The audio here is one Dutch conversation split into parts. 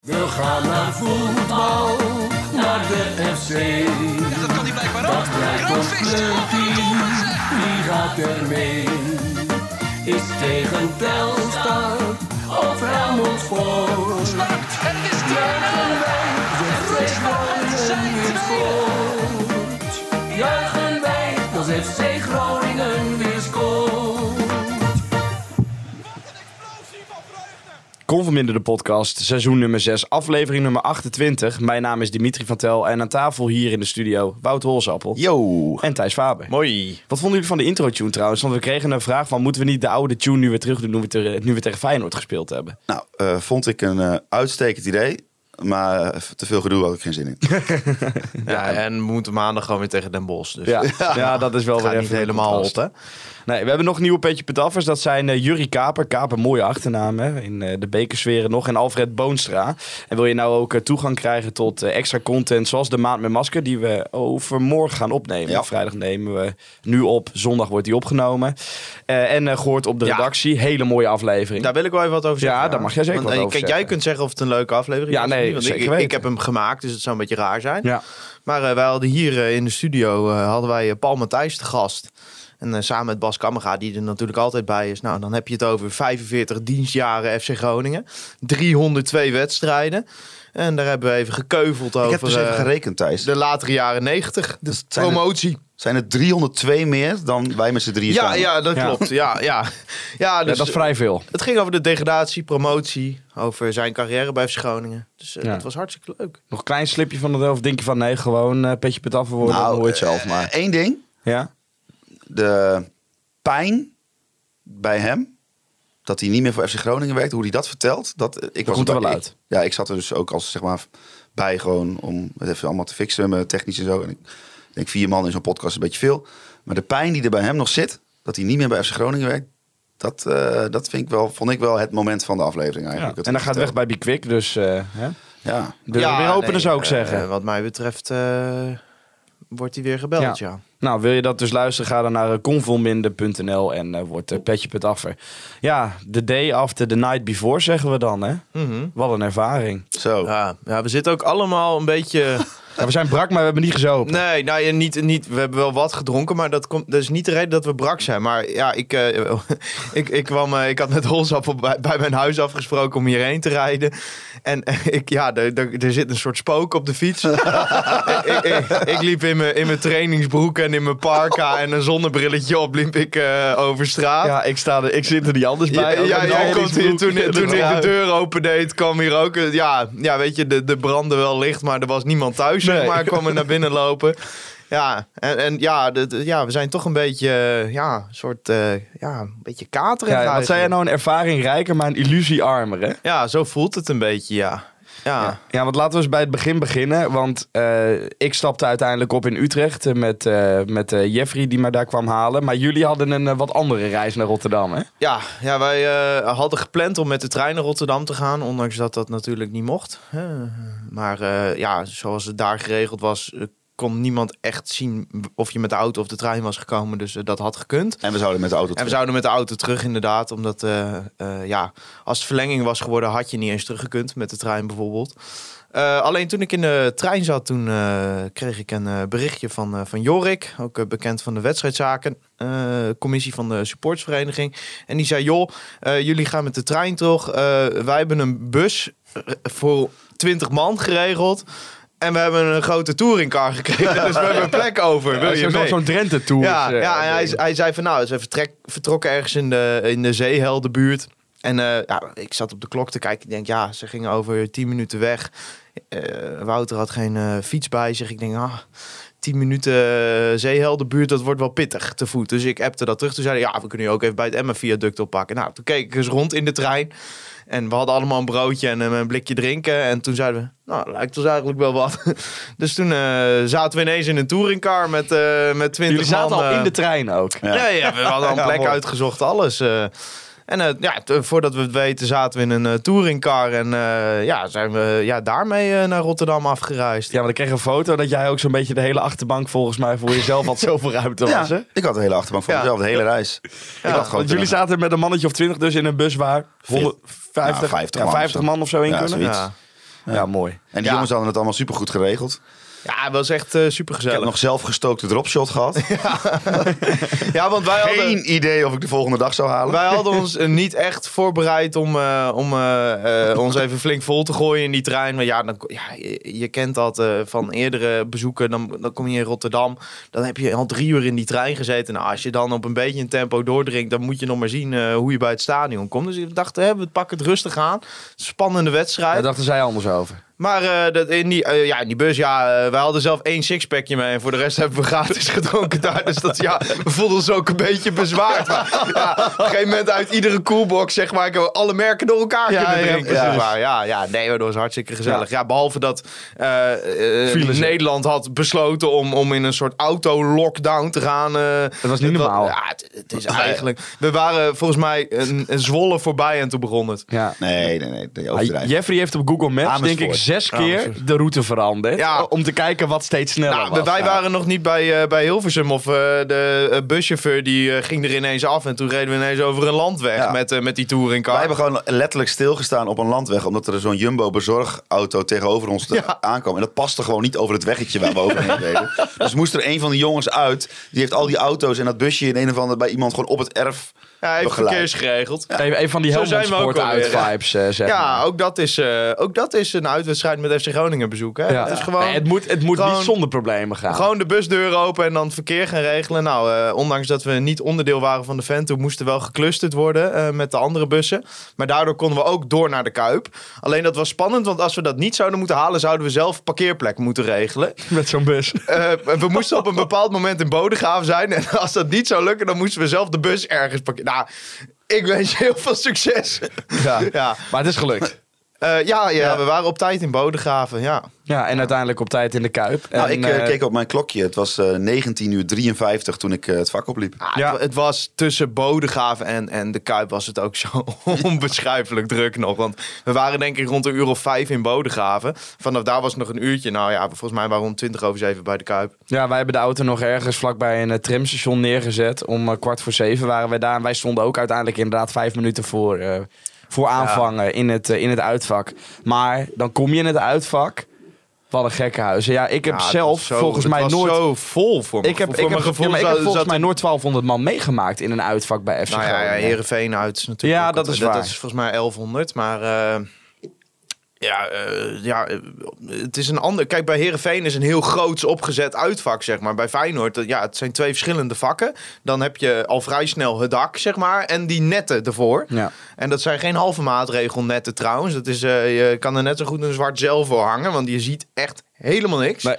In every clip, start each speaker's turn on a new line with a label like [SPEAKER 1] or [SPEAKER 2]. [SPEAKER 1] We gaan naar voetbal, naar de FC.
[SPEAKER 2] Dat kan niet blijkbaar ook.
[SPEAKER 1] Dat blijkt
[SPEAKER 2] Groot
[SPEAKER 1] ons
[SPEAKER 2] feest.
[SPEAKER 1] team, die gaat er mee. Is tegen Telstar of Helmond Sport.
[SPEAKER 2] Markt, en het is 2-0.
[SPEAKER 1] Juichen wij, de
[SPEAKER 2] Roy
[SPEAKER 1] FC
[SPEAKER 2] Sport zijn
[SPEAKER 1] Groningen weer scoort. Juichen wij, als FC Groningen weer scoort.
[SPEAKER 3] Converminder de podcast, seizoen nummer 6, aflevering nummer 28. Mijn naam is Dimitri van Tel en aan tafel hier in de studio Wout Holsappel
[SPEAKER 4] Yo.
[SPEAKER 3] en Thijs Faber.
[SPEAKER 4] Mooi.
[SPEAKER 3] Wat vonden jullie van de intro-tune trouwens? Want we kregen een vraag van, moeten we niet de oude tune nu weer terug doen nu we, ter- nu we tegen Feyenoord gespeeld hebben?
[SPEAKER 4] Nou, eh, vond ik een eh, uitstekend idee. Maar eh, te veel gedoe had ik geen zin in.
[SPEAKER 5] Ja, en we moeten maandag gewoon weer tegen Den Bosch. Dus
[SPEAKER 3] Ja, ja. dat is wel
[SPEAKER 5] gaat
[SPEAKER 3] weer
[SPEAKER 5] niet
[SPEAKER 3] even een
[SPEAKER 5] helemaal
[SPEAKER 3] contrast.
[SPEAKER 5] op, hè?
[SPEAKER 3] Nee, we hebben nog een nieuwe petje pedaffers. Dat zijn eh Jurie Kaper. Kaper, mooie achternaam hè? in eh, de bekersferen nog. En Alfred Boonstra. En wil je nou ook eh, toegang krijgen tot eh, extra content zoals de Maand met Masker... die we overmorgen gaan opnemen.
[SPEAKER 4] Ja.
[SPEAKER 3] Vrijdag nemen we nu op. Zondag wordt die opgenomen. Eh, en eh, gehoord op de
[SPEAKER 5] Ja.
[SPEAKER 3] redactie. Hele mooie aflevering.
[SPEAKER 5] Daar wil ik wel even wat over zeggen.
[SPEAKER 3] Ja, daar mag jij zeker
[SPEAKER 5] Want,
[SPEAKER 3] wat
[SPEAKER 5] eh,
[SPEAKER 3] over
[SPEAKER 5] kijk,
[SPEAKER 3] zeggen.
[SPEAKER 5] Jij kunt zeggen of het een leuke aflevering
[SPEAKER 3] Ja,
[SPEAKER 5] is. of
[SPEAKER 3] nee,
[SPEAKER 5] niet, want ik-
[SPEAKER 3] zeker
[SPEAKER 5] ik, ik
[SPEAKER 3] weten.
[SPEAKER 5] heb hem gemaakt, dus het zou een beetje raar zijn.
[SPEAKER 3] Ja.
[SPEAKER 5] Maar eh, wij hadden hier eh, in de studio eh, hadden wij eh, Paul Matthijs te gast. En eh, samen met Bas Kammerga, die er natuurlijk altijd bij is. Nou, dan heb je het over 45 dienstjaren FC Groningen. 302 wedstrijden. En daar hebben we even gekeuveld over
[SPEAKER 4] ik heb dus even
[SPEAKER 5] eh,
[SPEAKER 4] gerekend, Thijs.
[SPEAKER 5] de latere jaren 90. De
[SPEAKER 4] zijn er-
[SPEAKER 5] promotie.
[SPEAKER 4] Zijn er 302 meer dan wij met z'n drieën
[SPEAKER 5] Ja,
[SPEAKER 4] samen?
[SPEAKER 5] ja, dat
[SPEAKER 3] Ja.
[SPEAKER 5] klopt. Ja, ja. Ja,
[SPEAKER 3] Ja,
[SPEAKER 5] dus
[SPEAKER 3] dat is vrij veel.
[SPEAKER 5] Het ging over de degradatie, promotie, over zijn carrière bij FC Groningen. Dus eh,
[SPEAKER 3] Ja.
[SPEAKER 5] dat was hartstikke leuk.
[SPEAKER 3] Nog een klein slipje van het of denk je van... nee, gewoon eh petje pedaffer worden.
[SPEAKER 4] Nou,
[SPEAKER 3] dan hoor je het
[SPEAKER 4] eh,
[SPEAKER 3] zelf maar.
[SPEAKER 4] Eén ding.
[SPEAKER 3] Ja?
[SPEAKER 4] De pijn bij hem. Dat hij niet meer voor FC Groningen werkt. Hoe hij dat vertelt. Dat, eh, ik was
[SPEAKER 3] komt er
[SPEAKER 4] erbij-
[SPEAKER 3] wel
[SPEAKER 4] ik-
[SPEAKER 3] uit.
[SPEAKER 4] ja, ik zat er dus ook als zeg maar bij gewoon om het even allemaal te fixen. Met technisch en zo. En ik denk vier man in zo'n podcast is een beetje veel. Maar de pijn die er bij hem nog zit. Dat hij niet meer bij FC Groningen werkt. Dat, eh, dat vind ik wel, vond ik wel het moment van de aflevering
[SPEAKER 3] ja.
[SPEAKER 4] eigenlijk.
[SPEAKER 3] En dan gaat weg bij Be Quick. Dus eh hè?
[SPEAKER 4] Ja.
[SPEAKER 3] de weer openen
[SPEAKER 5] nee,
[SPEAKER 3] zou ik
[SPEAKER 5] eh,
[SPEAKER 3] dus zeggen.
[SPEAKER 5] wat mij betreft eh, wordt hij weer gebeld, ja.
[SPEAKER 3] Nou, wil je dat dus luisteren, ga dan naar eh, convolminder.nl en wordt word eh, petje pet affer. Ja, the day after, the night before zeggen we dan, hè?
[SPEAKER 5] Mhm.
[SPEAKER 3] Wat een ervaring.
[SPEAKER 4] Zo.
[SPEAKER 5] ja. Ja, we zitten ook allemaal een beetje...
[SPEAKER 3] Ja, we zijn brak, maar we hebben niet gezopen.
[SPEAKER 5] Nee, nou, ja, niet, niet, we hebben wel wat gedronken, maar dat, komt, dat is niet de reden dat we brak zijn. Maar ja, ik, eh, ik, ik, kwam, eh, ik had met Holsappel bij, bij mijn huis afgesproken om hierheen te rijden. En eh, ik, ja, er, er, er zit een soort spook op de fiets. ik, ik, ik, ik liep in mijn, in mijn trainingsbroek en in mijn parka en een zonnebrilletje op, liep ik eh, over straat.
[SPEAKER 3] Ja, ik, sta er, ik zit er niet anders
[SPEAKER 5] Ja,
[SPEAKER 3] bij. ook
[SPEAKER 5] ja,
[SPEAKER 3] een
[SPEAKER 5] jij
[SPEAKER 3] trainingsbroek
[SPEAKER 5] komt hier, toen,
[SPEAKER 3] en een
[SPEAKER 5] toen ik de
[SPEAKER 3] trui.
[SPEAKER 5] deur opendeed, kwam hier ook... een- Ja, ja weet je, de, de brandde wel licht, maar er was niemand thuis, zeg
[SPEAKER 3] Nee.
[SPEAKER 5] maar. kwam er naar binnen lopen. Ja, en, en ja, de- de- ja, we zijn toch een beetje, eh, ja, soort, eh, ja, een beetje katerig
[SPEAKER 3] Ja, wat
[SPEAKER 5] eigenlijk.
[SPEAKER 3] zei jij nou? Een ervaring rijker, maar een illusie armer, hè?
[SPEAKER 5] Ja, zo voelt het een beetje, ja. Ja, ja.
[SPEAKER 3] Ja, want laten we eens bij het begin beginnen. Want eh, ik stapte uiteindelijk op in Utrecht eh, met, eh, met eh, Jeffrey, die mij daar kwam halen. Maar jullie hadden een eh, wat andere reis naar Rotterdam, hè?
[SPEAKER 5] ja, wij eh, hadden gepland om met de trein naar Rotterdam te gaan, ondanks dat dat natuurlijk niet mocht. Eh, maar eh, ja, zoals het daar geregeld was... eh, kon niemand echt zien of je met de auto of de trein was gekomen. Dus eh, dat had gekund.
[SPEAKER 4] En we zouden met de auto
[SPEAKER 5] En we
[SPEAKER 4] terug.
[SPEAKER 5] zouden met de auto terug, inderdaad. Omdat, eh, eh, ja, als het verlenging was geworden, had je niet eens teruggekund met de trein bijvoorbeeld. Eh, alleen toen ik in de trein zat, toen eh, kreeg ik een eh, berichtje van, eh, van Jorik. Ook eh, bekend van de wedstrijdzaken, eh, commissie van de supportsvereniging. En die zei, joh, eh, jullie gaan met de trein toch? Eh, wij hebben een bus eh, voor 20 man geregeld. En we hebben een grote touringcar gekregen, dus we hebben plek over. Wil je
[SPEAKER 3] Zo'n-
[SPEAKER 5] mee?
[SPEAKER 3] Zo'n Drenthe-tour.
[SPEAKER 5] Ja,
[SPEAKER 3] eh,
[SPEAKER 5] ja en hij,
[SPEAKER 3] ding.
[SPEAKER 5] hij zei van nou, ze vertrek, vertrokken ergens in de, in de zeeheldenbuurt. En eh, ja, ik zat op de klok te kijken. Ik denk, ja, ze gingen over tien minuten weg. Eh, Wouter had geen eh, fiets bij zich. Ik denk, ah, tien minuten eh, zeeheldenbuurt, dat wordt wel pittig te voet. Dus ik appte dat terug. Toen zeiden ja, we kunnen je ook even bij het Emma-viaduct oppakken. Nou, toen keek ik eens rond in de trein. En we hadden allemaal een broodje en eh, een blikje drinken. En toen zeiden we, nou, lijkt ons eigenlijk wel wat. dus toen eh, zaten we ineens in een touringcar met, eh met 20
[SPEAKER 3] Jullie zaten
[SPEAKER 5] man,
[SPEAKER 3] al
[SPEAKER 5] eh,
[SPEAKER 3] in de trein ook.
[SPEAKER 5] ja. Ja, we hadden al een
[SPEAKER 3] Ja,
[SPEAKER 5] plek
[SPEAKER 3] mooi.
[SPEAKER 5] uitgezocht, alles. eh. en eh, ja, t- voordat we het weten zaten we in een eh, touringcar. En eh, ja, zijn we ja, daarmee eh, naar Rotterdam afgereisd.
[SPEAKER 3] Ja, maar ik kreeg een foto dat jij ook zo'n beetje de hele achterbank volgens mij voor jezelf had zoveel ruimte was. hè?
[SPEAKER 4] Ja, ik had de hele achterbank voor
[SPEAKER 5] Ja.
[SPEAKER 4] mezelf, de hele reis. ik had gewoon
[SPEAKER 3] Want jullie
[SPEAKER 4] kunnen-
[SPEAKER 3] zaten met een mannetje of twintig dus in een bus waar 150,
[SPEAKER 4] Ja, 50
[SPEAKER 3] ja,
[SPEAKER 4] man of
[SPEAKER 3] 50
[SPEAKER 4] zo.
[SPEAKER 3] man of zo in
[SPEAKER 4] Ja,
[SPEAKER 3] kunnen.
[SPEAKER 4] zoiets.
[SPEAKER 5] Ja.
[SPEAKER 3] Ja, mooi.
[SPEAKER 4] En die
[SPEAKER 5] Ja.
[SPEAKER 4] jongens hadden het allemaal supergoed geregeld.
[SPEAKER 5] Ja, het was echt super
[SPEAKER 4] Ik
[SPEAKER 5] supergezellig.
[SPEAKER 4] heb nog zelf gestookte dropshot gehad.
[SPEAKER 5] Ja, want wij hadden...
[SPEAKER 4] Geen idee of ik de volgende dag zou halen.
[SPEAKER 5] Wij hadden ons eh, niet echt voorbereid om, eh, om eh, eh, ons even flink vol te gooien in die trein. Maar ja, dan, ja je, je kent dat eh, van eerdere bezoeken. Dan, dan kom je in Rotterdam. Dan heb je al drie uur in die trein gezeten. Nou, als je dan op een beetje een tempo doordringt, dan moet je nog maar zien eh, hoe je bij het stadion komt. Dus ik dacht, hè, we pakken het rustig aan. Spannende wedstrijd.
[SPEAKER 3] Daar dachten zij anders over.
[SPEAKER 5] Maar eh, dat in, die, eh, ja, in die bus, ja, eh, wij hadden zelf één sixpackje mee. En voor de rest hebben we gratis gedronken daar. Dus dat, ja, we voelden ons ook een beetje bezwaard. Maar ja, op een gegeven moment uit iedere coolbox, zeg maar, hebben we alle merken door elkaar
[SPEAKER 3] Ja,
[SPEAKER 5] kunnen
[SPEAKER 3] ja,
[SPEAKER 5] drinken.
[SPEAKER 3] precies.
[SPEAKER 5] zeg maar. ja, ja, nee, maar dat was hartstikke gezellig. Ja, behalve dat eh, eh,
[SPEAKER 3] Files, hè?
[SPEAKER 5] Nederland had besloten om, om in een soort auto-lockdown te gaan. eh.
[SPEAKER 3] Dat was niet
[SPEAKER 5] Het wa-
[SPEAKER 3] normaal.
[SPEAKER 5] Ja, het, het is eigenlijk... We waren volgens mij een, een Zwolle voorbij en toen begon het.
[SPEAKER 3] Ja.
[SPEAKER 4] Nee, nee, nee. nee overdrijven.
[SPEAKER 3] Jeffrey heeft op Google Maps,
[SPEAKER 4] Amersfoort.
[SPEAKER 3] denk ik, zes keer de route veranderd.
[SPEAKER 5] Ja.
[SPEAKER 3] Om te kijken wat steeds sneller
[SPEAKER 5] Nou,
[SPEAKER 3] was.
[SPEAKER 5] wij
[SPEAKER 3] Ja.
[SPEAKER 5] waren nog niet bij, eh, bij Hilversum of eh, de eh, buschauffeur die eh, ging er ineens af en toen reden we ineens over een landweg
[SPEAKER 4] Ja.
[SPEAKER 5] met, eh, met die touringcar.
[SPEAKER 4] Wij hebben gewoon letterlijk stilgestaan op een landweg. Omdat er zo'n jumbo-bezorgauto tegenover ons te- aankwam. En dat paste gewoon niet over het weggetje waar we overheen reden. Dus moest er een van de jongens uit. Die heeft al die auto's en dat busje in een of andere bij iemand gewoon op het erf
[SPEAKER 5] ja, hij heeft
[SPEAKER 4] begeleid.
[SPEAKER 5] verkeers geregeld. Ja.
[SPEAKER 3] Even, even van die
[SPEAKER 5] Zo zijn
[SPEAKER 3] Helmond
[SPEAKER 5] we ook
[SPEAKER 3] Sport uit
[SPEAKER 5] alweer, ja.
[SPEAKER 3] vibes, eh, zeg maar.
[SPEAKER 5] ook dat, is, eh, ook dat is een uitwedstrijd met FC Groningen bezoeken.
[SPEAKER 3] Ja.
[SPEAKER 5] Het is gewoon,
[SPEAKER 3] Nee, het moet, het moet
[SPEAKER 5] gewoon-
[SPEAKER 3] niet zonder problemen gaan.
[SPEAKER 5] gewoon de busdeur open en dan het verkeer gaan regelen. Nou, eh, ondanks dat we niet onderdeel waren van de vent, toen moesten wel geclusterd worden eh, met de andere bussen. Maar daardoor konden we ook door naar de Kuip. Alleen dat was spannend, want als we dat niet zouden moeten halen, zouden we zelf parkeerplek moeten regelen.
[SPEAKER 3] met zo'n bus.
[SPEAKER 5] Eh, we moesten op een bepaald moment in Bodegraven zijn. En als dat niet zou lukken, dan moesten we zelf de bus ergens parkeren. Nou, ik wens je heel veel succes.
[SPEAKER 3] Ja.
[SPEAKER 5] Ja,
[SPEAKER 3] Maar het is gelukt.
[SPEAKER 5] Eh, ja, ja, we waren op tijd in Bodegraven, ja.
[SPEAKER 3] Ja, en uiteindelijk op tijd in de Kuip.
[SPEAKER 4] Nou,
[SPEAKER 3] En,
[SPEAKER 4] ik eh,
[SPEAKER 3] eh,
[SPEAKER 4] keek op mijn klokje. Het was eh 19 uur 53 toen ik eh, het vak opliep.
[SPEAKER 5] Ah,
[SPEAKER 3] Ja.
[SPEAKER 5] Het, het was tussen Bodegraven en, en de Kuip was het ook zo onbeschrijfelijk druk nog. Want we waren denk ik rond een uur of vijf in Bodegraven. Vanaf daar was het nog een uurtje. Nou ja, volgens mij waren we om twintig over zeven bij de Kuip.
[SPEAKER 3] Ja, wij hebben de auto nog ergens vlakbij een eh, tramstation neergezet. Om eh, kwart voor zeven waren wij daar. En wij stonden ook uiteindelijk inderdaad vijf minuten voor, eh, voor aanvangen in, het, eh, in het uitvak. Maar dan kom je in het uitvak. Wat een gekke huis. Ja, ik heb
[SPEAKER 5] Ja, Nou, het
[SPEAKER 3] zelf
[SPEAKER 5] was zo-
[SPEAKER 3] volgens
[SPEAKER 5] het
[SPEAKER 3] mij
[SPEAKER 5] was
[SPEAKER 3] nooit...
[SPEAKER 5] zo vol voor me.
[SPEAKER 3] Ik heb,
[SPEAKER 5] voor
[SPEAKER 3] ik
[SPEAKER 5] mijn
[SPEAKER 3] heb,
[SPEAKER 5] gevoel
[SPEAKER 3] ja, maar ik heb
[SPEAKER 5] zat-
[SPEAKER 3] volgens
[SPEAKER 5] zat
[SPEAKER 3] mij nooit 1200 man meegemaakt in een uitvak bij FC
[SPEAKER 5] Nou ja, ja,
[SPEAKER 3] Groningen.
[SPEAKER 5] Heerenveen uit is natuurlijk
[SPEAKER 3] Ja,
[SPEAKER 5] ook
[SPEAKER 3] dat
[SPEAKER 5] altijd-
[SPEAKER 3] is waar.
[SPEAKER 5] Dat is volgens mij 1100, maar... eh, ja, eh, ja, eh, het is een ander... Kijk, bij Heerenveen is een heel groots opgezet uitvak, zeg maar. Bij Feyenoord, dat- ja, het zijn twee verschillende vakken. Dan heb je al vrij snel het dak, zeg maar, en die netten ervoor.
[SPEAKER 3] Ja.
[SPEAKER 5] En dat zijn geen halve maatregelnetten trouwens. Dat is, eh, je kan er net zo goed een zwart zeil voor hangen, want je ziet echt helemaal niks.
[SPEAKER 3] Nee.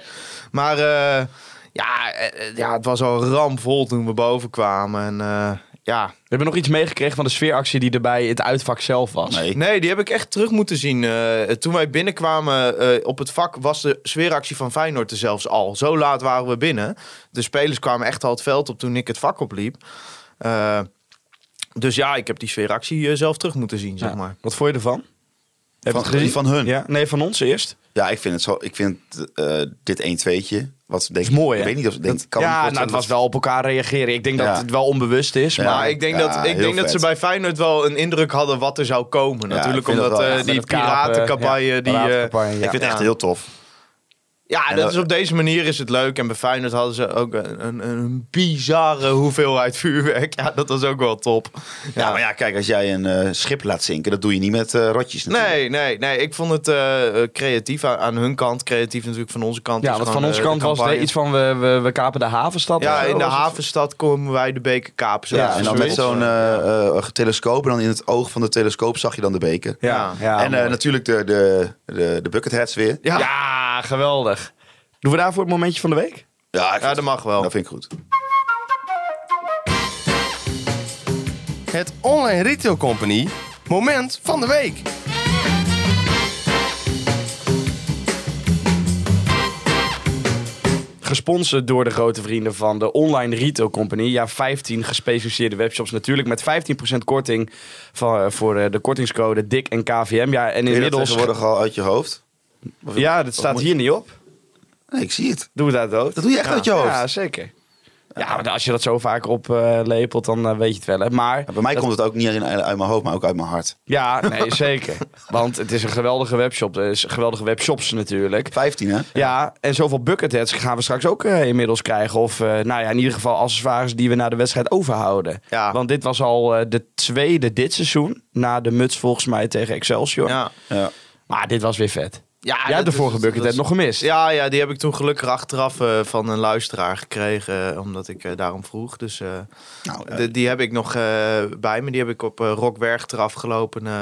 [SPEAKER 5] Maar eh, ja, eh, eh, ja, het was al ramvol toen we boven kwamen. En eh, ja,
[SPEAKER 3] We hebben nog iets meegekregen van de sfeeractie die er bij het uitvak zelf was.
[SPEAKER 4] Nee.
[SPEAKER 5] Nee, die heb ik echt terug moeten zien. Eh, toen wij binnenkwamen eh, op het vak was de sfeeractie van Feyenoord er zelfs al. Zo laat waren we binnen. De spelers kwamen echt al het veld op toen ik het vak opliep. Eh, dus ja, ik heb die sfeeractie eh, zelf terug moeten zien, zeg
[SPEAKER 3] Ja.
[SPEAKER 5] maar.
[SPEAKER 3] Wat vond je ervan? Heb je
[SPEAKER 4] Van,
[SPEAKER 3] het gezien?
[SPEAKER 4] van hun.
[SPEAKER 3] Ja, nee, van ons eerst.
[SPEAKER 4] Ja, ik vind het zo. Ik vind eh, dit 1-2'tje. Wat denk
[SPEAKER 3] is mooi,
[SPEAKER 4] Ik
[SPEAKER 3] hè?
[SPEAKER 4] weet niet of denk, ik kan me
[SPEAKER 3] ja,
[SPEAKER 4] niet
[SPEAKER 3] nou,
[SPEAKER 4] voorstellen
[SPEAKER 3] het was
[SPEAKER 4] dat-
[SPEAKER 3] wel op elkaar reageren. Ik denk
[SPEAKER 4] Ja.
[SPEAKER 3] dat het wel onbewust is,
[SPEAKER 4] Ja.
[SPEAKER 5] Maar
[SPEAKER 3] maar
[SPEAKER 5] ik denk,
[SPEAKER 4] ja,
[SPEAKER 5] dat, ik
[SPEAKER 4] heel
[SPEAKER 5] denk dat
[SPEAKER 4] vet.
[SPEAKER 5] ze bij Feyenoord wel een indruk hadden wat er zou komen.
[SPEAKER 4] Ja,
[SPEAKER 5] Natuurlijk
[SPEAKER 4] ik vind
[SPEAKER 5] omdat
[SPEAKER 4] dat wel,
[SPEAKER 5] eh,
[SPEAKER 4] ja,
[SPEAKER 5] die
[SPEAKER 3] met het kapen,
[SPEAKER 5] piratencampagne...
[SPEAKER 3] ja,
[SPEAKER 5] die, eh,
[SPEAKER 3] piratencampagne, ja.
[SPEAKER 4] Ik vind het echt
[SPEAKER 5] Ja.
[SPEAKER 4] heel tof.
[SPEAKER 5] Ja,
[SPEAKER 4] En
[SPEAKER 5] dat
[SPEAKER 4] dat-
[SPEAKER 5] is op deze manier is het leuk. En bij Feyenoord hadden ze ook een, een, een bizarre hoeveelheid vuurwerk. Ja, dat was ook wel top.
[SPEAKER 4] Ja. maar ja, kijk, als jij een eh, schip laat zinken, dat doe je niet met eh, rotjes. Natuurlijk.
[SPEAKER 5] Nee, nee, nee. Ik vond het eh, eh, creatief aan, aan hun kant. Creatief natuurlijk van onze kant.
[SPEAKER 3] Ja,
[SPEAKER 5] is
[SPEAKER 3] want
[SPEAKER 5] gewoon,
[SPEAKER 3] van onze
[SPEAKER 5] eh, de
[SPEAKER 3] kant was er
[SPEAKER 5] campagne.
[SPEAKER 3] iets van we, we, we kapen de havenstad. of
[SPEAKER 5] Ja,
[SPEAKER 3] zo,
[SPEAKER 5] in de
[SPEAKER 3] was het?
[SPEAKER 5] havenstad komen wij de beker kapen. zo.
[SPEAKER 3] Ja,
[SPEAKER 4] en dan met
[SPEAKER 5] zoiets.
[SPEAKER 4] zo'n eh, eh, telescoop. En dan in het oog van de telescoop zag je dan de beker.
[SPEAKER 3] Ja,
[SPEAKER 5] Ja.
[SPEAKER 3] ja,
[SPEAKER 4] en eh,
[SPEAKER 3] mooi.
[SPEAKER 4] natuurlijk de, de, de, de bucketheads weer.
[SPEAKER 5] Ja. Ja.
[SPEAKER 3] ja, geweldig. Doen we daarvoor het momentje van de week?
[SPEAKER 4] Ja, ik vind
[SPEAKER 5] dat mag wel.
[SPEAKER 4] Dat vind ik goed.
[SPEAKER 6] Het Online Retail Company moment van de week.
[SPEAKER 3] Gesponsord door de grote vrienden van de Online Retail Company. Ja, 15 gespecialiseerde webshops natuurlijk. Met 15% korting van, eh, voor eh, de kortingscode DIK en KVM. Ja, en
[SPEAKER 4] Inmiddels dat
[SPEAKER 3] inmiddels...
[SPEAKER 4] tegenwoordig al uit je hoofd.
[SPEAKER 3] Ja, dat staat hier niet op.
[SPEAKER 4] Nee, ik zie het.
[SPEAKER 3] Doen we dat ook?
[SPEAKER 4] Dat doe je echt uit je hoofd.
[SPEAKER 3] Ja, zeker. Ja, maar als je dat zo vaak oplepelt, dan eh, weet je het wel. Hè. Maar
[SPEAKER 4] Ja, bij mij komt het ook niet alleen uit mijn hoofd, maar ook uit mijn hart.
[SPEAKER 3] ja, nee, zeker. Want het is een geweldige webshop. Er is geweldige webshops natuurlijk.
[SPEAKER 4] 15, hè?
[SPEAKER 3] Ja, en zoveel bucketheads gaan we straks ook eh, inmiddels krijgen. Of eh, nou ja, in ieder geval accessoires die we na de wedstrijd overhouden.
[SPEAKER 5] Ja.
[SPEAKER 3] Want dit was al eh, de tweede dit seizoen. Na de muts volgens mij tegen Excelsior.
[SPEAKER 5] Ja.
[SPEAKER 4] Ja.
[SPEAKER 3] Maar dit was weer vet.
[SPEAKER 5] Ja,
[SPEAKER 3] Jij
[SPEAKER 5] dat
[SPEAKER 3] hebt de
[SPEAKER 5] is-
[SPEAKER 3] vorige
[SPEAKER 5] dat
[SPEAKER 3] buckethead
[SPEAKER 5] is-
[SPEAKER 3] nog gemist.
[SPEAKER 5] Ja, ja, die heb ik toen gelukkig achteraf eh, van een luisteraar gekregen, eh, omdat ik eh, daarom vroeg. Dus eh,
[SPEAKER 4] Nou, eh,
[SPEAKER 5] de- die heb ik nog eh, bij me. Die heb ik op eh Rock Werchter afgelopen eh,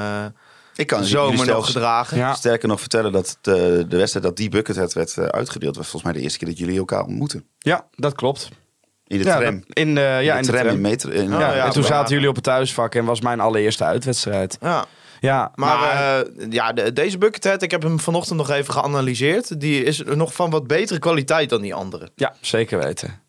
[SPEAKER 4] ik kan jullie
[SPEAKER 5] zomer nog
[SPEAKER 4] zelfs
[SPEAKER 5] gedragen.
[SPEAKER 3] Ja.
[SPEAKER 4] sterker nog vertellen dat de, de wedstrijd dat die buckethead werd eh, uitgedeeld was volgens mij de eerste keer dat jullie elkaar ontmoeten.
[SPEAKER 3] Ja, dat klopt.
[SPEAKER 4] In de
[SPEAKER 3] ja,
[SPEAKER 4] tram.
[SPEAKER 3] dat- In, eh, ja, in de tram.
[SPEAKER 4] in meter. in-
[SPEAKER 5] Oh,
[SPEAKER 3] ja,
[SPEAKER 5] ja,
[SPEAKER 3] en toen
[SPEAKER 5] maar-
[SPEAKER 3] zaten jullie op het thuisvak en was mijn allereerste uitwedstrijd.
[SPEAKER 5] Ja.
[SPEAKER 3] Ja,
[SPEAKER 5] Maar, eh, ja, de- deze buckethead, ik heb hem vanochtend nog even geanalyseerd. Die is nog van wat betere kwaliteit dan die andere.
[SPEAKER 3] ja, zeker weten.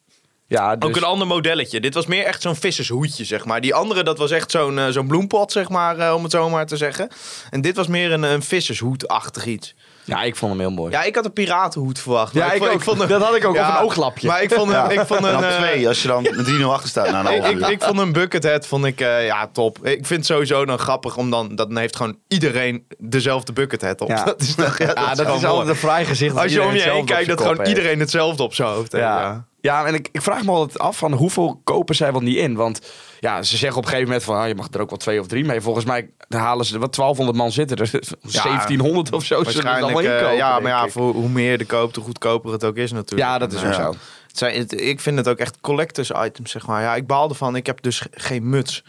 [SPEAKER 3] Ja, dus,
[SPEAKER 5] Ook een ander modelletje. Dit was meer echt zo'n vissershoedje, zeg maar. Die andere, dat was echt zo'n eh, zo'n bloempot, zeg maar, eh, om het zo maar te zeggen. En dit was meer een, een vissershoedachtig iets.
[SPEAKER 3] ja, ik vond hem heel mooi.
[SPEAKER 5] Ja, ik had een piratenhoed verwacht. maar
[SPEAKER 3] Ja, ik
[SPEAKER 5] vond,
[SPEAKER 3] ook. Dat had ik ook, of een ooglapje.
[SPEAKER 5] Maar ik vond, een- ik vond
[SPEAKER 4] En
[SPEAKER 5] een...
[SPEAKER 4] dan
[SPEAKER 5] eh,
[SPEAKER 4] twee, als je dan 3-0 achter staat nou, na een
[SPEAKER 5] ik,
[SPEAKER 4] half
[SPEAKER 5] ik,
[SPEAKER 4] uur.
[SPEAKER 5] ik vond een buckethead vond ik, eh, ja, top. Ik vind het sowieso dan grappig, om dan, dat heeft gewoon iedereen dezelfde buckethead op.
[SPEAKER 3] Ja.
[SPEAKER 5] Dat is, dan- ja,
[SPEAKER 3] Ja, dat,
[SPEAKER 5] gewoon
[SPEAKER 3] is
[SPEAKER 5] mooi.
[SPEAKER 3] altijd een vrij gezicht. dat
[SPEAKER 5] Als je om je
[SPEAKER 3] iedereen
[SPEAKER 5] heen kijkt,
[SPEAKER 3] hetzelfde op zijn kop
[SPEAKER 5] dat gewoon
[SPEAKER 3] heeft.
[SPEAKER 5] iedereen hetzelfde op zijn hoofd heeft. Ja.
[SPEAKER 3] Ja. Ja, en ik, ik vraag me altijd af van hoeveel kopen zij wel niet in? Want ja, ze zeggen op een gegeven moment van ah, je mag er ook wel twee of drie mee. Volgens mij halen ze er wat 1200 man zitten. Dus 1700 of zo. Zullen er dan wel
[SPEAKER 5] Waarschijnlijk,
[SPEAKER 3] in
[SPEAKER 5] eh,
[SPEAKER 3] kopen,
[SPEAKER 5] ja,
[SPEAKER 3] denk
[SPEAKER 5] maar ja,
[SPEAKER 3] ik.
[SPEAKER 5] voor hoe meer je er koopt, hoe goedkoper het ook is natuurlijk.
[SPEAKER 3] ja, dat is
[SPEAKER 5] En,
[SPEAKER 3] ook
[SPEAKER 5] eh,
[SPEAKER 3] zo.
[SPEAKER 5] het zijn, het- ik vind het ook echt collectors items, zeg maar. Ja, ik baal ervan. Ik heb dus ge- geen muts.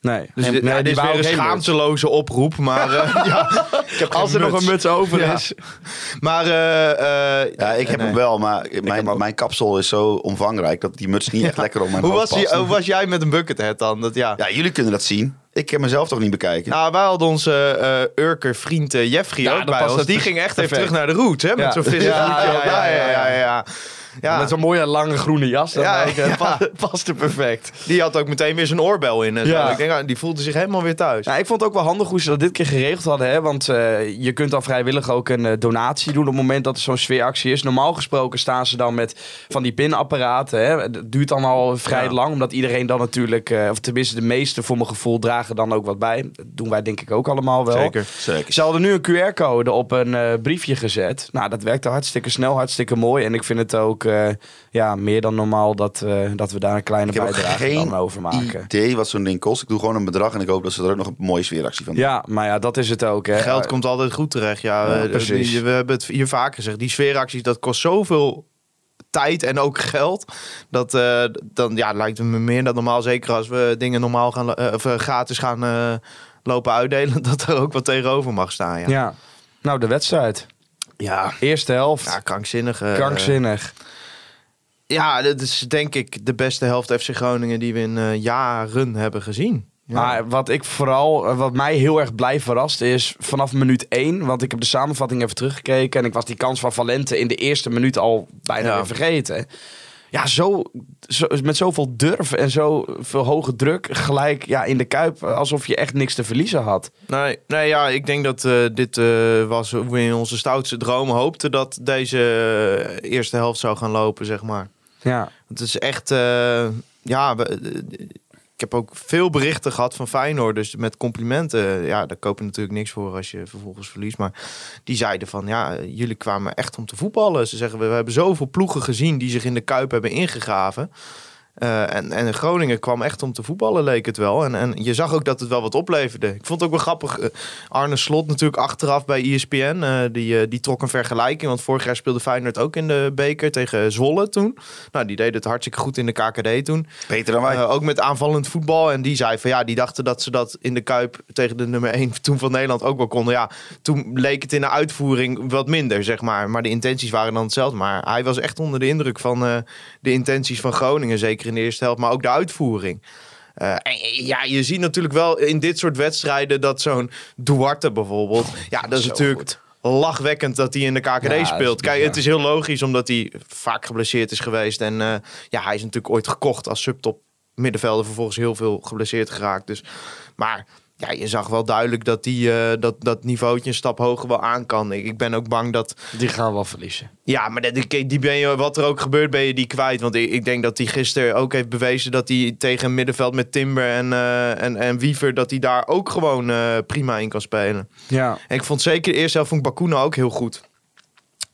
[SPEAKER 3] Nee,
[SPEAKER 5] Dus dit, ja, dit is weer een schaamteloze oproep, maar eh, ja, ik heb
[SPEAKER 3] Als er
[SPEAKER 5] geen
[SPEAKER 3] nog een muts over
[SPEAKER 5] Ja.
[SPEAKER 3] is.
[SPEAKER 5] Maar eh, eh,
[SPEAKER 4] Ja, ik heb
[SPEAKER 5] nee.
[SPEAKER 4] hem wel, maar mijn, mijn kapsel is zo omvangrijk dat die muts niet echt lekker op mijn
[SPEAKER 5] Hoe
[SPEAKER 4] hoofd
[SPEAKER 5] was, die,
[SPEAKER 4] past.
[SPEAKER 5] hoe was jij met een buckethead dan? Dat, ja.
[SPEAKER 4] Ja, jullie kunnen dat zien. Ik heb mezelf toch niet bekijken.
[SPEAKER 5] Nou, wij hadden onze eh Urker vriend eh, Jeffrey
[SPEAKER 3] Ja,
[SPEAKER 5] ook
[SPEAKER 3] dat
[SPEAKER 5] bij
[SPEAKER 3] past
[SPEAKER 5] ons.
[SPEAKER 3] het
[SPEAKER 5] die ging echt even
[SPEAKER 3] perfect.
[SPEAKER 5] terug naar de route, hè? Met
[SPEAKER 3] Ja.
[SPEAKER 5] zo'n vissershoedje.
[SPEAKER 3] Ja, ja,
[SPEAKER 5] op.
[SPEAKER 3] ja, ja, ja.
[SPEAKER 5] ja. Ja.
[SPEAKER 3] Met zo'n mooie lange groene jas. Dan
[SPEAKER 5] Ja,
[SPEAKER 3] ook, eh,
[SPEAKER 5] ja.
[SPEAKER 3] pa- Paste perfect.
[SPEAKER 5] Die had ook meteen weer zijn oorbel in. En zo.
[SPEAKER 3] Ja.
[SPEAKER 5] Ik denk, ah, die voelde zich helemaal weer thuis.
[SPEAKER 3] Nou, ik vond het ook wel handig hoe ze dat dit keer geregeld hadden. Hè? Want eh, je kunt dan vrijwillig ook een eh, donatie doen op het moment dat er zo'n sfeeractie is. Normaal gesproken staan ze dan met van die pinapparaten. Hè? Dat duurt dan al vrij
[SPEAKER 5] Ja.
[SPEAKER 3] lang, omdat iedereen dan natuurlijk... eh, of tenminste de meesten voor mijn gevoel dragen dan ook wat bij. Dat doen wij denk ik ook allemaal wel.
[SPEAKER 4] Zeker.
[SPEAKER 3] Ze hadden nu een QR-code op een eh, briefje gezet. Nou, dat werkte hartstikke snel, hartstikke mooi. En ik vind het ook eh, ja, meer dan normaal dat, eh, dat we daar een kleine
[SPEAKER 4] Ik heb ook
[SPEAKER 3] bijdrage dan
[SPEAKER 4] geen
[SPEAKER 3] over maken.
[SPEAKER 4] idee wat zo'n ding kost. Ik doe gewoon een bedrag en ik hoop dat ze er ook nog een mooie sfeeractie van doen.
[SPEAKER 3] Ja, maar ja, dat is het ook. Hè.
[SPEAKER 5] Geld komt altijd goed terecht. Ja,
[SPEAKER 3] Ja,
[SPEAKER 5] Eh,
[SPEAKER 3] precies.
[SPEAKER 5] die- we hebben het hier vaker gezegd. Die sfeeracties, dat kost zoveel tijd en ook geld. Dat eh, dan ja, lijkt het me meer dan normaal. Zeker als we dingen normaal gaan, lo- eh, of eh, gratis gaan eh, lopen uitdelen. Dat er ook wat tegenover mag staan. Ja,
[SPEAKER 3] Ja. Nou, de wedstrijd.
[SPEAKER 5] ja.
[SPEAKER 3] Eerste helft.
[SPEAKER 5] ja krankzinnig. eh,
[SPEAKER 3] Krankzinnig.
[SPEAKER 5] ja, dat is denk ik de beste helft FC Groningen die we in eh, jaren hebben gezien. Ja.
[SPEAKER 3] Maar wat ik vooral, eh, wat mij heel erg blij verrast is vanaf minuut 1. Want ik heb de samenvatting even teruggekeken. En ik was die kans van Valente in de eerste minuut al bijna
[SPEAKER 5] Ja.
[SPEAKER 3] weer vergeten. Ja, zo, zo, met zoveel durf en zoveel hoge druk gelijk ja, in de kuip. eh, Alsof je echt niks te verliezen had.
[SPEAKER 5] Nee, nee ja, ik denk dat eh, dit eh, was hoe we in onze stoutste dromen hoopten dat deze eh, eerste helft zou gaan lopen, zeg maar.
[SPEAKER 3] Ja.
[SPEAKER 5] Het is echt, eh, ja, we- eh, ik heb ook veel berichten gehad van Feyenoord, dus met complimenten. Ja, daar koop je natuurlijk niks voor als je vervolgens verliest, maar die zeiden van, ja, jullie kwamen echt om te voetballen. Ze zeggen, we, we hebben zoveel ploegen gezien die zich in de Kuip hebben ingegraven. Eh, en, en Groningen kwam echt om te voetballen, leek het wel. En, en je zag ook dat het wel wat opleverde. Ik vond het ook wel grappig. eh, Arne Slot natuurlijk achteraf bij ESPN. eh, die, eh, die trok een vergelijking. Want vorig jaar speelde Feyenoord ook in de beker tegen Zwolle toen. Nou, die deed het hartstikke goed in de KKD toen.
[SPEAKER 4] Beter dan wij.
[SPEAKER 5] Eh, ook met aanvallend voetbal. En die zei van ja, die dachten dat ze dat in de Kuip tegen de nummer 1 toen van Nederland ook wel konden. Ja, toen leek het in de uitvoering wat minder, zeg maar. Maar de intenties waren dan hetzelfde. Maar hij was echt onder de indruk van eh, de intenties van Groningen, zeker in de eerste helft, maar ook de uitvoering. Eh, en ja, je ziet natuurlijk wel in dit soort wedstrijden dat zo'n Duarte bijvoorbeeld. Ja, dat is
[SPEAKER 3] Oh, Zo
[SPEAKER 5] natuurlijk
[SPEAKER 3] goed.
[SPEAKER 5] lachwekkend dat hij in de KKD
[SPEAKER 3] Ja, dat
[SPEAKER 5] speelt.
[SPEAKER 3] is
[SPEAKER 5] Kijk,
[SPEAKER 3] bizar.
[SPEAKER 5] het is heel logisch omdat hij vaak geblesseerd is geweest. En eh, ja, hij is natuurlijk ooit gekocht als subtop middenvelder. Vervolgens heel veel geblesseerd geraakt. Dus, maar ja, ja, je zag wel duidelijk dat die, eh, dat, dat niveautje een stap hoger wel aan kan. Ik, ik ben ook bang dat...
[SPEAKER 3] Die gaan we wel verliezen.
[SPEAKER 5] Ja, maar dat- die, die ben je, wat er ook gebeurt, ben je die kwijt. Want ik, ik denk dat hij gisteren ook heeft bewezen dat hij tegen een middenveld met Timber en, eh, en, en Wiever... dat hij daar ook gewoon eh, prima in kan spelen.
[SPEAKER 3] Ja.
[SPEAKER 5] En ik vond zeker de eerste helft vond ik Bakuna ook heel goed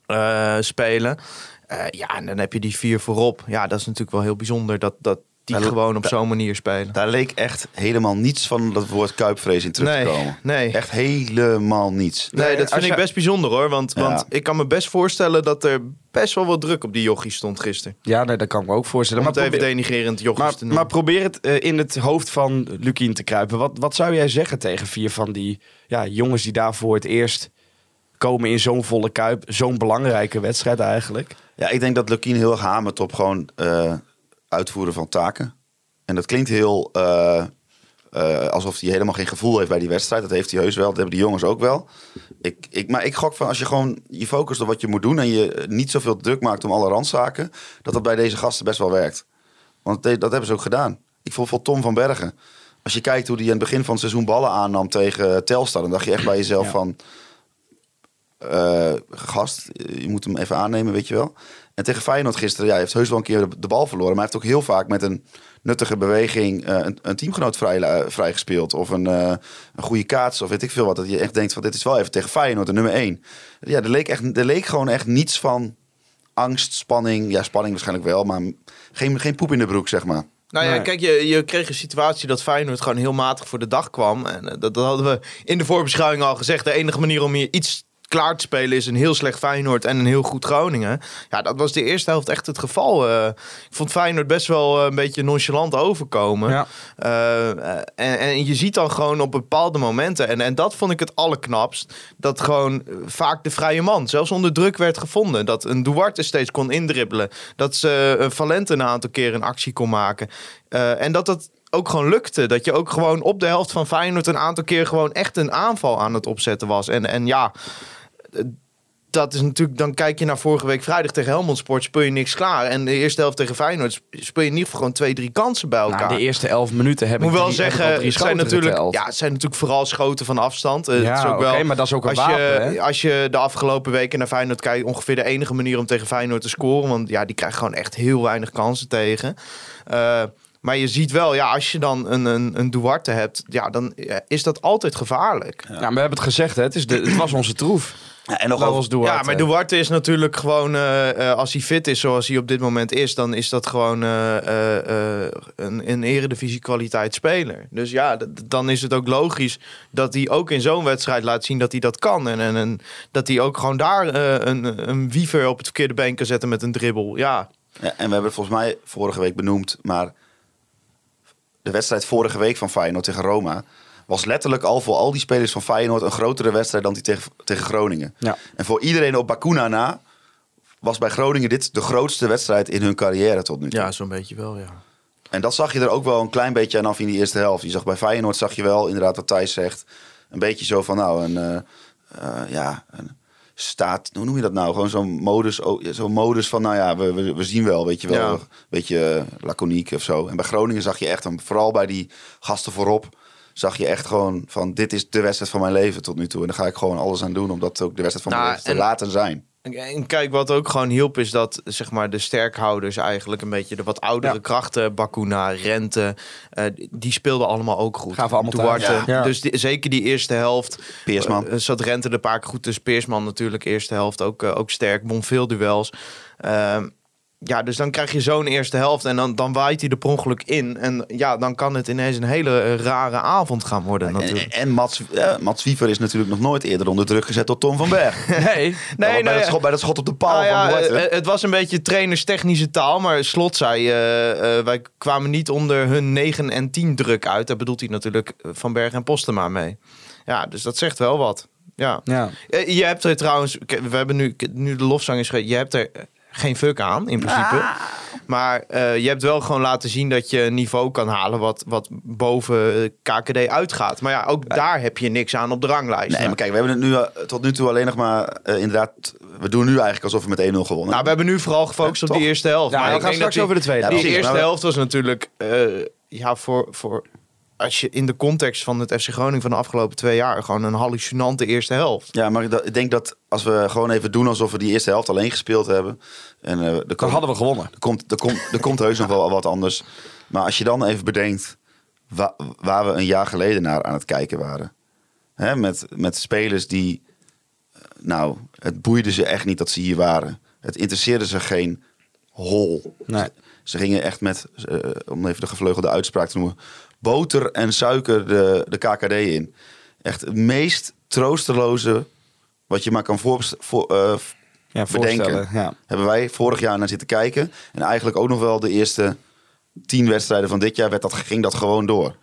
[SPEAKER 5] eh, spelen. Eh, ja, en dan heb je die vier voorop. Ja, dat is natuurlijk wel heel bijzonder dat, dat die
[SPEAKER 4] Ja, dat-
[SPEAKER 5] gewoon op zo'n manier spelen.
[SPEAKER 4] Daar leek echt helemaal niets van dat woord kuipvrees in terug
[SPEAKER 5] nee,
[SPEAKER 4] te komen.
[SPEAKER 5] nee.
[SPEAKER 4] Echt helemaal niets.
[SPEAKER 5] Nee, dat
[SPEAKER 3] als
[SPEAKER 5] vind ik
[SPEAKER 3] jij-
[SPEAKER 5] best bijzonder hoor. Want,
[SPEAKER 4] Ja.
[SPEAKER 5] want ik kan me best voorstellen dat er best wel wat druk op die jochie stond gisteren.
[SPEAKER 3] Ja, nee, dat kan ik me ook voorstellen.
[SPEAKER 5] Om
[SPEAKER 3] Maar
[SPEAKER 5] het even
[SPEAKER 3] probeer,
[SPEAKER 5] denigrerend jochies
[SPEAKER 3] maar,
[SPEAKER 5] te noemen.
[SPEAKER 3] maar probeer het eh, in het hoofd van Lukien te kruipen. Wat, wat zou jij zeggen tegen vier van die ja, jongens die daar voor het eerst komen in zo'n volle kuip? Zo'n belangrijke wedstrijd eigenlijk.
[SPEAKER 4] Ja, ik denk dat Lukien heel erg hamert op gewoon eh, uitvoeren van taken. En dat klinkt heel eh, eh, alsof hij helemaal geen gevoel heeft bij die wedstrijd. Dat heeft hij heus wel, dat hebben die jongens ook wel. Ik, ik, maar ik gok van als je gewoon je focust op wat je moet doen... en je eh, niet zoveel druk maakt om alle randzaken... dat dat bij deze gasten best wel werkt. Want de- dat hebben ze ook gedaan. Ik vond voor Tom van Bergen. Als je kijkt hoe hij aan het begin van het seizoen ballen aannam tegen eh, Telstar... dan dacht je echt bij jezelf
[SPEAKER 3] Ja.
[SPEAKER 4] van... eh, gast, je moet hem even aannemen, weet je wel. En tegen Feyenoord gisteren, ja, hij heeft heus wel een keer de, de bal verloren. Maar hij heeft ook heel vaak met een nuttige beweging eh, een, een teamgenoot vrij, eh, vrijgespeeld. Of een, eh, een goede kaats, of weet ik veel wat. Dat je echt denkt van, dit is wel even tegen Feyenoord, de nummer één. Ja, er leek, echt, er leek gewoon echt niets van angst, spanning. Ja, spanning waarschijnlijk wel, maar geen, geen poep in de broek, zeg maar.
[SPEAKER 5] Nou ja,
[SPEAKER 3] Nee.
[SPEAKER 5] kijk, je, je kreeg een situatie dat Feyenoord gewoon heel matig voor de dag kwam. En eh, dat, dat hadden we in de voorbeschouwing al gezegd. De enige manier om hier iets klaar te spelen is een heel slecht Feyenoord en een heel goed Groningen. Ja, dat was de eerste helft echt het geval. eh. ik vond Feyenoord best wel eh, een beetje nonchalant overkomen.
[SPEAKER 3] Ja.
[SPEAKER 5] Eh, eh, en, en je ziet dan gewoon op bepaalde momenten, en, en dat vond ik het allerknapst, dat gewoon eh, vaak de vrije man, zelfs onder druk, werd gevonden. Dat een Duarte steeds kon indribbelen. Dat ze eh, Valente een aantal keer een actie kon maken. Eh, en dat dat ook gewoon lukte. Dat je ook gewoon op de helft van Feyenoord een aantal keer gewoon echt een aanval aan het opzetten was. En, en ja, eh, dat is natuurlijk, dan kijk je naar vorige week vrijdag tegen Helmond Sport, speel je niks klaar. En de eerste helft tegen Feyenoord sp- speel je in ieder geval gewoon twee, drie kansen bij elkaar.
[SPEAKER 3] Nou, de eerste elf minuten heb
[SPEAKER 5] Ik moet
[SPEAKER 3] ik
[SPEAKER 5] wel
[SPEAKER 3] drie- heb ik
[SPEAKER 5] zeggen,
[SPEAKER 3] al drie
[SPEAKER 5] het zijn,
[SPEAKER 3] schoten
[SPEAKER 5] natuurlijk,
[SPEAKER 3] geteld.
[SPEAKER 5] ja, het zijn natuurlijk vooral schoten van afstand. Eh,
[SPEAKER 3] Ja,
[SPEAKER 5] het is ook
[SPEAKER 3] oké,
[SPEAKER 5] wel,
[SPEAKER 3] maar dat is ook een
[SPEAKER 5] als
[SPEAKER 3] wapen,
[SPEAKER 5] Je,
[SPEAKER 3] hè?
[SPEAKER 5] als je de afgelopen weken naar Feyenoord kijkt, ongeveer de enige manier om tegen Feyenoord te scoren. Want ja, die krijgt gewoon echt heel weinig kansen tegen. Eh, maar je ziet wel, ja, als je dan een, een, een Duarte hebt, ja, dan eh, is dat altijd gevaarlijk.
[SPEAKER 3] Ja, maar nou, we hebben het gezegd, hè? Het, is de, het was onze troef.
[SPEAKER 4] en nog
[SPEAKER 3] Laurens Duarte.
[SPEAKER 5] Ja, maar Duarte is natuurlijk gewoon, eh, eh, als hij fit is zoals hij op dit moment is, dan is dat gewoon eh, eh, eh, een, een eredivisie kwaliteit speler. Dus ja, d- d- dan is het ook logisch dat hij ook in zo'n wedstrijd laat zien dat hij dat kan. En, en, en dat hij ook gewoon daar eh, een, een wiever op het verkeerde been kan zetten met een dribbel. Ja,
[SPEAKER 4] Ja, en we hebben het volgens mij vorige week benoemd, maar de wedstrijd vorige week van Feyenoord tegen Roma was letterlijk al voor al die spelers van Feyenoord een grotere wedstrijd dan die tegen, tegen Groningen.
[SPEAKER 3] Ja.
[SPEAKER 4] En voor iedereen op Bakuna na was bij Groningen dit de grootste wedstrijd in hun carrière tot nu toe.
[SPEAKER 5] ja zo'n beetje wel, ja.
[SPEAKER 4] En dat zag je er ook wel een klein beetje aan af in die eerste helft. Je zag bij Feyenoord zag je wel, inderdaad wat Thijs zegt, een beetje zo van nou een, eh, eh, ja, een staat, hoe noem je dat nou? Gewoon zo'n modus, oh, ja, zo'n modus van nou ja, we, we, we zien wel, weet je wel.
[SPEAKER 5] Ja.
[SPEAKER 4] Een beetje eh, laconiek of zo. En bij Groningen zag je echt, en vooral bij die gasten voorop, zag je echt gewoon van dit is de wedstrijd van mijn leven tot nu toe. En daar ga ik gewoon alles aan doen om dat ook de wedstrijd van mijn
[SPEAKER 5] Nou,
[SPEAKER 4] leven te
[SPEAKER 5] en-
[SPEAKER 4] laten zijn.
[SPEAKER 5] En- En kijk, wat ook gewoon hielp is dat zeg maar, de sterkhouders eigenlijk een beetje de wat oudere
[SPEAKER 3] Ja.
[SPEAKER 5] krachten, Bakuna, Rente, eh, die speelden allemaal ook goed.
[SPEAKER 3] Gaven allemaal
[SPEAKER 5] Duarte.
[SPEAKER 3] thuis. Ja. Ja.
[SPEAKER 5] Dus die- zeker die eerste helft.
[SPEAKER 4] Peersman.
[SPEAKER 5] eh, zat Rente er een paar keer goed tussen. Peersman natuurlijk, eerste helft ook, eh, ook sterk. Won veel duels. Ehm, ja, dus dan krijg je zo'n eerste helft en dan, dan waait hij er per ongeluk in. En ja, dan kan het ineens een hele eh, rare avond gaan worden
[SPEAKER 4] En,
[SPEAKER 3] eh,
[SPEAKER 5] natuurlijk.
[SPEAKER 4] en Mats, ja, Mats Wiever is natuurlijk nog nooit eerder onder druk gezet door Tom van Berg.
[SPEAKER 3] Nee.
[SPEAKER 4] Nee, bij,
[SPEAKER 5] nou
[SPEAKER 4] dat
[SPEAKER 5] ja.
[SPEAKER 4] schot, bij dat schot op de paal
[SPEAKER 5] Nou ja,
[SPEAKER 4] van Duarte.
[SPEAKER 5] eh, eh, het was een beetje trainerstechnische taal, maar Slot zei, eh, eh, wij kwamen niet onder hun 9 en 10 druk uit. Daar bedoelt hij natuurlijk eh, Van Berg en Postema mee. Ja, dus dat zegt wel wat. Ja.
[SPEAKER 3] Ja.
[SPEAKER 5] Eh, Je hebt er trouwens, k- we hebben nu, k- nu de lofzang is ge- je hebt er eh, geen fuck aan in principe. Maar eh, je hebt wel gewoon laten zien dat je een niveau kan halen wat, wat boven eh, KKD uitgaat. Maar ja, ook daar heb je niks aan op de ranglijst.
[SPEAKER 4] Nee, maar kijk, we hebben het nu eh, tot nu toe alleen nog maar eh, inderdaad. We doen nu eigenlijk alsof we met 1-0 gewonnen
[SPEAKER 5] Nou, we hebben nu vooral gefocust op die eerste helft.
[SPEAKER 3] Ja,
[SPEAKER 5] maar
[SPEAKER 3] we
[SPEAKER 5] ik
[SPEAKER 3] gaan
[SPEAKER 5] denk dat
[SPEAKER 3] straks
[SPEAKER 5] die-
[SPEAKER 3] over de tweede.
[SPEAKER 4] Ja,
[SPEAKER 5] Die
[SPEAKER 4] precies,
[SPEAKER 5] eerste
[SPEAKER 4] maar we-
[SPEAKER 5] helft was natuurlijk eh, ja, voor, voor als je in de context van het FC Groningen van de afgelopen twee jaar gewoon een hallucinante eerste helft.
[SPEAKER 4] Ja, maar ik da- ik denk dat als we gewoon even doen alsof we die eerste helft alleen gespeeld hebben. En eh er
[SPEAKER 3] Dan
[SPEAKER 4] komen-
[SPEAKER 3] hadden we gewonnen.
[SPEAKER 4] Er komt, er komt, er komt heus nog wel wat anders. Maar als je dan even bedenkt wa- waar we een jaar geleden naar aan het kijken waren. Hè, met, met spelers die, eh, nou, het boeide ze echt niet dat ze hier waren. Het interesseerde ze geen hol.
[SPEAKER 3] Nee.
[SPEAKER 4] Ze, ze gingen echt met, eh, om even de gevleugelde uitspraak te noemen, boter en suiker de, de KKD in. Echt het meest troosteloze wat je maar kan voor, voor, eh,
[SPEAKER 3] Ja,
[SPEAKER 4] bedenken.
[SPEAKER 3] voorstellen. Ja.
[SPEAKER 4] Hebben wij vorig jaar naar zitten kijken. En eigenlijk ook nog wel de eerste tien wedstrijden van dit jaar werd dat, ging dat gewoon door.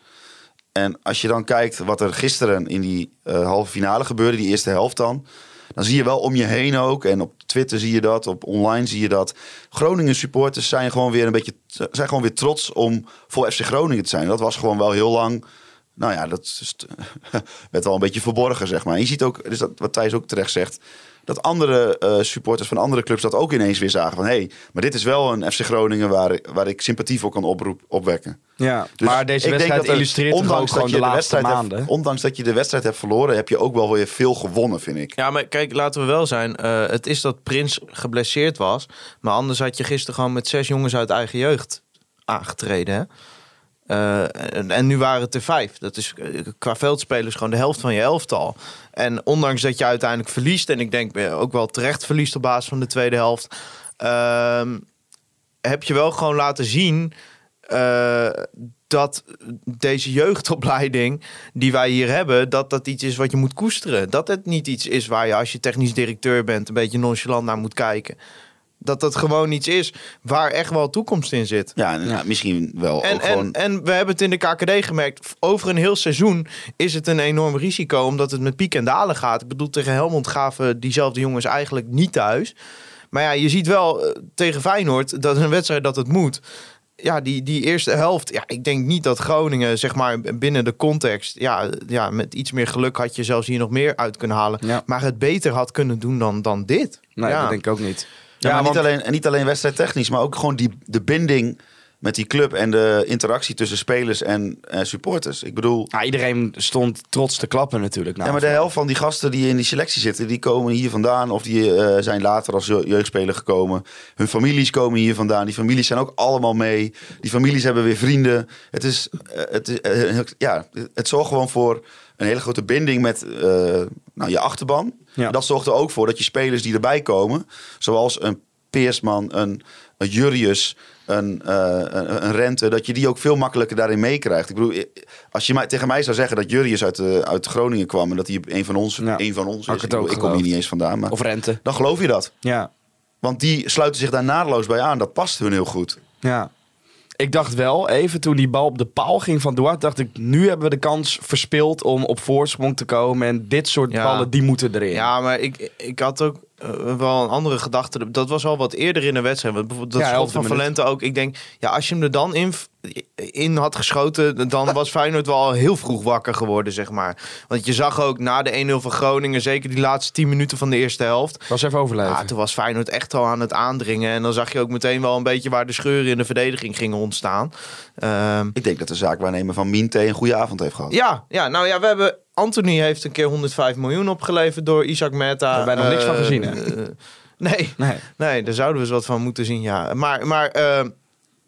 [SPEAKER 4] En als je dan kijkt wat er gisteren in die eh, halve finale gebeurde, die eerste helft dan. Dan zie je wel om je heen ook. En op Twitter zie je dat, op online zie je dat. Groningen supporters zijn gewoon weer een beetje zijn gewoon weer trots om voor FC Groningen te zijn. Dat was gewoon wel heel lang. Nou ja, dat is- werd wel een beetje verborgen, zeg maar. En je ziet ook, dus dat, wat Thijs ook terecht zegt, dat andere eh, supporters van andere clubs dat ook ineens weer zagen. Van hé, hey, maar dit is wel een FC Groningen waar, waar ik sympathie voor kan oproep, opwekken.
[SPEAKER 3] Ja,
[SPEAKER 4] Dus
[SPEAKER 3] maar deze
[SPEAKER 4] ik denk
[SPEAKER 3] wedstrijd
[SPEAKER 4] dat er-
[SPEAKER 3] illustreert toch ook gewoon
[SPEAKER 4] dat je
[SPEAKER 3] de laatste
[SPEAKER 4] wedstrijd
[SPEAKER 3] maanden.
[SPEAKER 4] Hebt, ondanks dat je de wedstrijd hebt verloren, heb je ook wel weer veel gewonnen, vind ik.
[SPEAKER 5] Ja, maar kijk, laten we wel zijn. eh, het is dat Prins geblesseerd was. Maar anders had je gisteren gewoon met zes jongens uit eigen jeugd aangetreden. Hè? Eh, en, en nu waren het er vijf. Dat is eh, qua veldspelers gewoon de helft van je elftal. En ondanks dat je uiteindelijk verliest, en ik denk eh, ook wel terecht verliest op basis van de tweede helft, ehm, heb je wel gewoon laten zien eh, dat deze jeugdopleiding die wij hier hebben, dat dat iets is wat je moet koesteren. Dat het niet iets is waar je als je technisch directeur bent een beetje nonchalant naar moet kijken. Dat dat gewoon iets is waar echt wel toekomst in zit.
[SPEAKER 4] Ja, en, nou, misschien wel
[SPEAKER 5] En,
[SPEAKER 4] ook gewoon...
[SPEAKER 5] en, en we hebben het in de KKD gemerkt. f- Over een heel seizoen is het een enorm risico. Omdat het met piek en dalen gaat. Ik bedoel, tegen Helmond gaven diezelfde jongens eigenlijk niet thuis. Maar ja, je ziet wel eh, tegen Feyenoord. Dat is een wedstrijd dat het moet. Ja, die, die eerste helft. Ja, ik denk niet dat Groningen, zeg maar binnen de context. Ja, ja, met iets meer geluk had je zelfs hier nog meer uit kunnen halen.
[SPEAKER 3] Ja.
[SPEAKER 5] Maar het beter had kunnen doen dan, dan dit.
[SPEAKER 3] Nee,
[SPEAKER 5] ja.
[SPEAKER 3] dat denk ik ook niet.
[SPEAKER 4] Ja, maar
[SPEAKER 3] want-
[SPEAKER 4] niet alleen, en niet alleen wedstrijdtechnisch, maar ook gewoon die, de binding met die club en de interactie tussen spelers en eh, supporters. Ik bedoel,
[SPEAKER 3] Ja, iedereen stond trots te klappen natuurlijk. Nou, na
[SPEAKER 4] ja, maar de helft van die gasten die in die selectie zitten, die komen hier vandaan of die eh, zijn later als je- jeugdspeler gekomen. Hun families komen hier vandaan, die families zijn ook allemaal mee. Die families hebben weer vrienden. Het is, eh, het is eh, heel- ja, het zorgt gewoon voor een hele grote binding met eh, nou, je achterban.
[SPEAKER 3] Ja.
[SPEAKER 4] En Dat zorgt er ook voor dat je spelers die erbij komen, zoals een Peersman, een, een Jurrius, een, eh, een, een Rente, dat je die ook veel makkelijker daarin meekrijgt. Ik bedoel, eh, als je mij, tegen mij zou zeggen dat Jurrius uit, eh, uit Groningen kwam en dat hij een van ons,
[SPEAKER 3] Ja.
[SPEAKER 4] een van ons
[SPEAKER 3] Had ik het
[SPEAKER 4] is. Ik, bedoel,
[SPEAKER 3] ook
[SPEAKER 4] ik kom hier
[SPEAKER 3] geloofd.
[SPEAKER 4] niet eens vandaan, maar
[SPEAKER 3] Of rente.
[SPEAKER 4] dan geloof je dat.
[SPEAKER 3] Ja.
[SPEAKER 4] Want die sluiten zich daar naadloos bij aan. Dat past hun heel goed.
[SPEAKER 3] Ja. Ik dacht wel, even toen die bal op de paal ging van Duarte, dacht ik, nu hebben we de kans verspeeld om op voorsprong te komen. En dit soort
[SPEAKER 5] Ja.
[SPEAKER 3] ballen, die moeten erin.
[SPEAKER 5] Ja, maar ik, ik had ook eh, wel een andere gedachte. Dat was al wat eerder in de wedstrijd. Want bijvoorbeeld dat
[SPEAKER 3] Ja,
[SPEAKER 5] schot
[SPEAKER 3] elfde
[SPEAKER 5] van
[SPEAKER 3] minuut.
[SPEAKER 5] Valente ook. Ik denk, ja, als je hem er dan in, in had geschoten... dan was Feyenoord wel al heel vroeg wakker geworden, zeg maar. Want je zag ook na de 1-0 van Groningen... zeker die laatste 10 minuten van de eerste helft...
[SPEAKER 3] Was even overleven.
[SPEAKER 5] Ja, toen was Feyenoord echt al aan het aandringen. En dan zag je ook meteen wel een beetje waar de scheuren in de verdediging gingen ontstaan. Ehm,
[SPEAKER 4] Ik denk dat de zaakwaarnemer van Minte een goede avond heeft gehad.
[SPEAKER 5] ja, ja, nou ja, we hebben. Anthony heeft een keer 105 miljoen opgeleverd door Isaac Meta.
[SPEAKER 3] Daar hebben wij nog niks van
[SPEAKER 5] Eh,
[SPEAKER 3] gezien, hè?
[SPEAKER 5] eh, nee,
[SPEAKER 3] Nee.
[SPEAKER 5] nee, daar zouden we eens wat van moeten zien, ja. Maar, maar eh,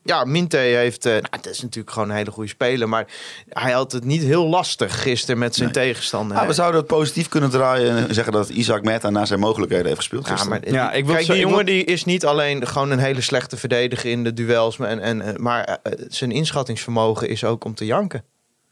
[SPEAKER 5] ja, Minte heeft... eh nou, dat is natuurlijk gewoon een hele goede speler. Maar hij had het niet heel lastig gisteren met zijn tegenstander.
[SPEAKER 4] Ah, we
[SPEAKER 5] hè.
[SPEAKER 4] zouden het positief kunnen draaien en zeggen dat Isaac Meta naar zijn mogelijkheden heeft gespeeld
[SPEAKER 5] Ja,
[SPEAKER 4] gisteren.
[SPEAKER 5] maar die-
[SPEAKER 3] Ja, ik wil
[SPEAKER 5] kijk,
[SPEAKER 3] zo-
[SPEAKER 5] die
[SPEAKER 3] ik
[SPEAKER 5] jongen
[SPEAKER 3] wil-
[SPEAKER 5] die is niet alleen gewoon een hele slechte verdediger in de duels. Maar, en, en, eh, maar eh, zijn inschattingsvermogen is ook om te janken.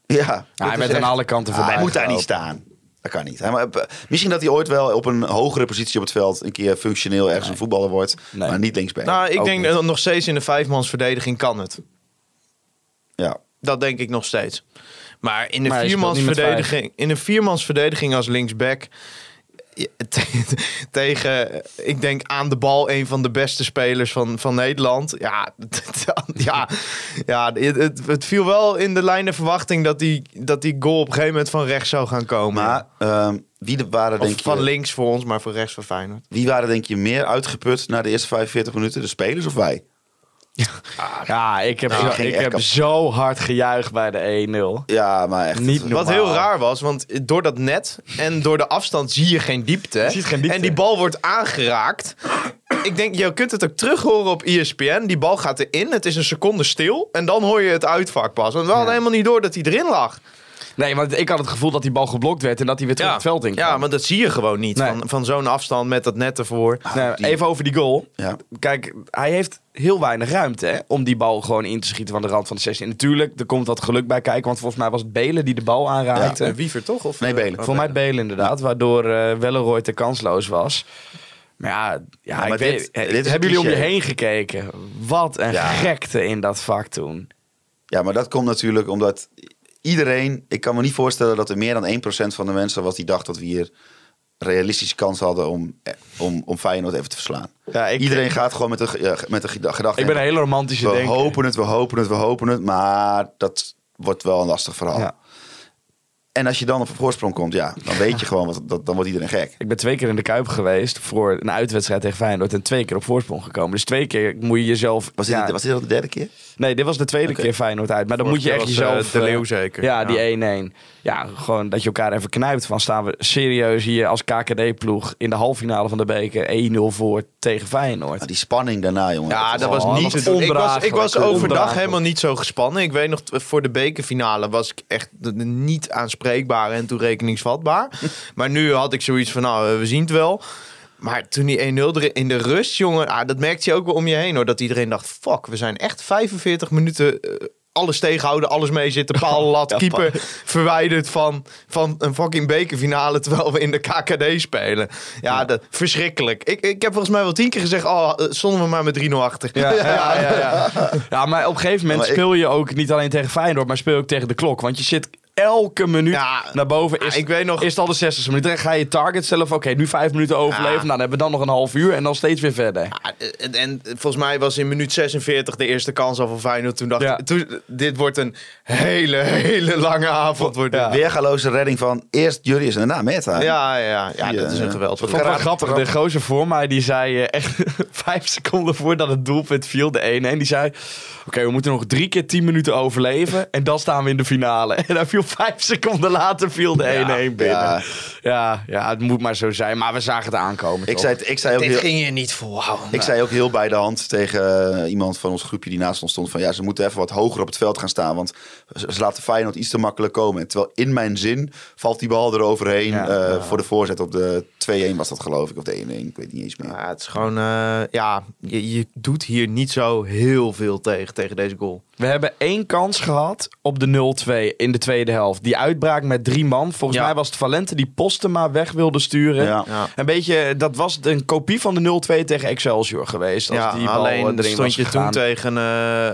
[SPEAKER 4] Ja.
[SPEAKER 3] Ja, hij
[SPEAKER 5] is
[SPEAKER 3] werd
[SPEAKER 5] echt-
[SPEAKER 3] aan alle kanten
[SPEAKER 4] Ah,
[SPEAKER 3] voorbij.
[SPEAKER 4] hij moet daar niet
[SPEAKER 3] gelopen.
[SPEAKER 4] staan. Dat kan niet. Hij- maar, eh, misschien dat hij ooit wel op een hogere positie op het veld een keer functioneel ergens een voetballer wordt,
[SPEAKER 3] Nee.
[SPEAKER 4] maar niet linksback.
[SPEAKER 5] nou, ik
[SPEAKER 3] ook
[SPEAKER 5] denk
[SPEAKER 3] niet.
[SPEAKER 5] dat nog steeds in de vijfmansverdediging kan het.
[SPEAKER 4] ja.
[SPEAKER 5] Dat denk ik nog steeds. Maar in
[SPEAKER 3] Maar
[SPEAKER 5] een
[SPEAKER 3] hij speelt niet met
[SPEAKER 5] viermansverdediging, in een viermansverdediging als linksback ja, te- tegen, ik denk aan de bal een van de beste spelers van, van Nederland. Ja, dat- ja, ja het, het- het viel wel in de lijn de verwachting dat die, dat die goal op een gegeven moment van rechts zou gaan komen.
[SPEAKER 4] Maar ehm, wie, de- waren,
[SPEAKER 5] of
[SPEAKER 4] denk
[SPEAKER 5] van
[SPEAKER 4] je,
[SPEAKER 5] links voor ons, maar voor rechts voor Feyenoord.
[SPEAKER 4] wie waren denk je meer uitgeput na de eerste 45 minuten? De spelers of wij?
[SPEAKER 3] Ja, ik heb,
[SPEAKER 4] Nou,
[SPEAKER 3] zo,
[SPEAKER 4] ging
[SPEAKER 3] ik
[SPEAKER 4] echt
[SPEAKER 3] heb
[SPEAKER 4] kap-
[SPEAKER 3] zo hard gejuicht bij de 1-0.
[SPEAKER 4] Ja, maar echt.
[SPEAKER 3] Niet
[SPEAKER 4] het-
[SPEAKER 3] normaal.
[SPEAKER 5] Wat heel raar was, want door dat net en door de afstand zie je geen diepte.
[SPEAKER 3] Je ziet geen diepte.
[SPEAKER 5] En die bal wordt aangeraakt. Ik denk, je kunt het ook terug horen op E ESPN. Die bal gaat erin, het is een seconde stil. En dan hoor je het uitvak pas. Want we hadden helemaal niet door dat hij erin lag.
[SPEAKER 3] Nee, want ik had het gevoel dat die bal geblokt werd en dat hij weer terug het veld in kwam.
[SPEAKER 5] ja maar dat zie je gewoon niet.
[SPEAKER 3] Nee.
[SPEAKER 5] Van, van zo'n afstand met dat net ervoor.
[SPEAKER 3] Nou, even over die goal.
[SPEAKER 4] Ja.
[SPEAKER 3] Kijk, hij heeft heel weinig ruimte hè, om die bal gewoon in te schieten van de rand van de 16. En natuurlijk, er komt wat geluk bij kijken, want volgens mij was het Belen die de bal aanraakte.
[SPEAKER 5] Eh, Wiever toch? Of,
[SPEAKER 4] Nee,
[SPEAKER 5] eh,
[SPEAKER 4] Belen.
[SPEAKER 3] Voor mij Belen inderdaad, waardoor eh Welleroy te kansloos was. Maar ja, ja,
[SPEAKER 4] maar
[SPEAKER 3] ik
[SPEAKER 4] dit-
[SPEAKER 3] weet,
[SPEAKER 4] dit is een
[SPEAKER 3] hebben jullie om je
[SPEAKER 4] cliché.
[SPEAKER 3] heen gekeken? Wat een
[SPEAKER 4] Ja.
[SPEAKER 3] gekte in dat vak toen.
[SPEAKER 4] Ja, maar dat komt natuurlijk omdat iedereen... Ik kan me niet voorstellen dat er meer dan 1% van de mensen was die dacht dat we hier realistische kans hadden om, eh, om, om Feyenoord even te verslaan.
[SPEAKER 3] Ja, ik-
[SPEAKER 4] iedereen gaat gewoon met de, ge- ja, met de geda- gedachte...
[SPEAKER 3] Ik ben een hele romantische
[SPEAKER 4] we
[SPEAKER 3] denker.
[SPEAKER 4] hopen het, we hopen het, we hopen het. Maar dat wordt wel een lastig verhaal.
[SPEAKER 3] Ja.
[SPEAKER 4] En als je dan op een voorsprong komt, ja, dan weet je gewoon, wat, dat, dan wordt iedereen gek.
[SPEAKER 3] Ik ben twee keer in de Kuip geweest voor een uitwedstrijd tegen Feyenoord en twee keer op voorsprong gekomen. Dus twee keer moet je jezelf...
[SPEAKER 4] Was dit,
[SPEAKER 3] ja,
[SPEAKER 4] was dit al de derde keer?
[SPEAKER 3] Nee, dit was de tweede
[SPEAKER 4] Oké.
[SPEAKER 3] keer Feyenoord uit. Maar dan moet
[SPEAKER 5] Vorige
[SPEAKER 3] je echt
[SPEAKER 5] keer was,
[SPEAKER 3] jezelf...
[SPEAKER 5] eh, De
[SPEAKER 3] eh,
[SPEAKER 5] Leeuw zeker.
[SPEAKER 3] Ja, die 1-1. Ja, gewoon dat je elkaar even knijpt. Van staan we serieus hier als KKD-ploeg in de halve finale van de beker 1-0 voor tegen Feyenoord.
[SPEAKER 4] Ah, die spanning daarna, jongen.
[SPEAKER 5] Ja, dat was
[SPEAKER 3] Oh,
[SPEAKER 5] niet
[SPEAKER 3] dat
[SPEAKER 5] eh, te
[SPEAKER 3] was
[SPEAKER 5] doen. Ik was, ik
[SPEAKER 3] ondraaglijk.
[SPEAKER 5] was overdag
[SPEAKER 3] Ondraaglijk.
[SPEAKER 5] helemaal niet zo gespannen. Ik weet nog, t- voor de bekerfinale was ik echt de- de niet aanspreekbaar en toerekeningsvatbaar. maar nu had ik zoiets van, nou, eh, we zien het wel. Maar toen die 1-0 erin- in de rust, jongen, ah, dat merkte je ook wel om je heen hoor. Dat iedereen dacht, fuck, we zijn echt 45 minuten... eh, alles tegenhouden, alles mee zitten, paal, lat, keeper verwijderd van, van een fucking bekerfinale terwijl we in de KKD spelen. Ja, Dat, verschrikkelijk. Ik, ik heb volgens mij wel tien keer gezegd, oh, eh, stonden we maar met 3-0 achter.
[SPEAKER 3] Ja, ja, ja, ja, ja. ja, maar op een gegeven moment
[SPEAKER 4] Maar ik-
[SPEAKER 3] speel je ook niet alleen tegen Feyenoord, maar speel je ook tegen de klok. Want je zit elke minuut
[SPEAKER 5] Ja,
[SPEAKER 3] naar boven. Is,
[SPEAKER 5] Ah, ik weet nog-
[SPEAKER 3] is het al de 60 minuten. Dan ga je target stellen van oké, nu vijf minuten overleven. Nou, dan hebben we dan nog een half uur en dan steeds weer verder.
[SPEAKER 5] Ja, Ah, en, en volgens mij was in minuut 46 de eerste kans al van Feyenoord. Toen dacht
[SPEAKER 3] Ja.
[SPEAKER 5] ik, toen, dit wordt een hele, hele lange avond. Wordt dit.
[SPEAKER 3] Ja.
[SPEAKER 4] Weergaloze redding van eerst Jurrius en daarna Meta.
[SPEAKER 5] Ja, ja, ja, dat is een geweld.
[SPEAKER 3] Ik vond het wel grappig. De gozer voor mij, die zei eh, echt vijf seconden voordat het doelpunt viel, de 1-1. Die zei, oké, we moeten nog drie keer tien minuten overleven. En dan staan we in de finale. En hij viel vijf seconden later, viel de 1-1 binnen.
[SPEAKER 4] ja.
[SPEAKER 3] Ja. Ja, het moet maar zo zijn. Maar we zagen het aankomen,
[SPEAKER 4] Ik
[SPEAKER 3] toch?
[SPEAKER 4] zei, het- ik zei ook
[SPEAKER 5] Dit
[SPEAKER 4] heel...
[SPEAKER 5] ging je niet volhouden.
[SPEAKER 4] Ik zei ook heel bij de hand tegen eh, iemand van ons groepje die naast ons stond: van ja, ze moeten even wat hoger op het veld gaan staan. Want ze, ze laten Feyenoord iets te makkelijk komen. En terwijl in mijn zin valt die bal eroverheen
[SPEAKER 3] Ja,
[SPEAKER 4] eh, voor de voorzet op de 2-1 was dat, geloof ik. Of de 1-1, ik weet niet eens meer.
[SPEAKER 5] Ja, het is gewoon, eh, ja, je, je doet hier niet zo heel veel tegen, tegen deze goal.
[SPEAKER 3] We hebben één kans gehad op de 0-2 in de tweede helft. Die uitbraak met drie man. Volgens
[SPEAKER 5] Ja.
[SPEAKER 3] mij was het Valente die Postema weg wilde sturen.
[SPEAKER 4] Ja.
[SPEAKER 5] Ja.
[SPEAKER 3] Een beetje, dat was een kopie van de 0-2 tegen Excelsior geweest. Als
[SPEAKER 5] Ja,
[SPEAKER 3] die bal eh,
[SPEAKER 5] alleen
[SPEAKER 3] erin
[SPEAKER 5] stond
[SPEAKER 3] was
[SPEAKER 5] je
[SPEAKER 3] gegaan.
[SPEAKER 5] toen tegen eh,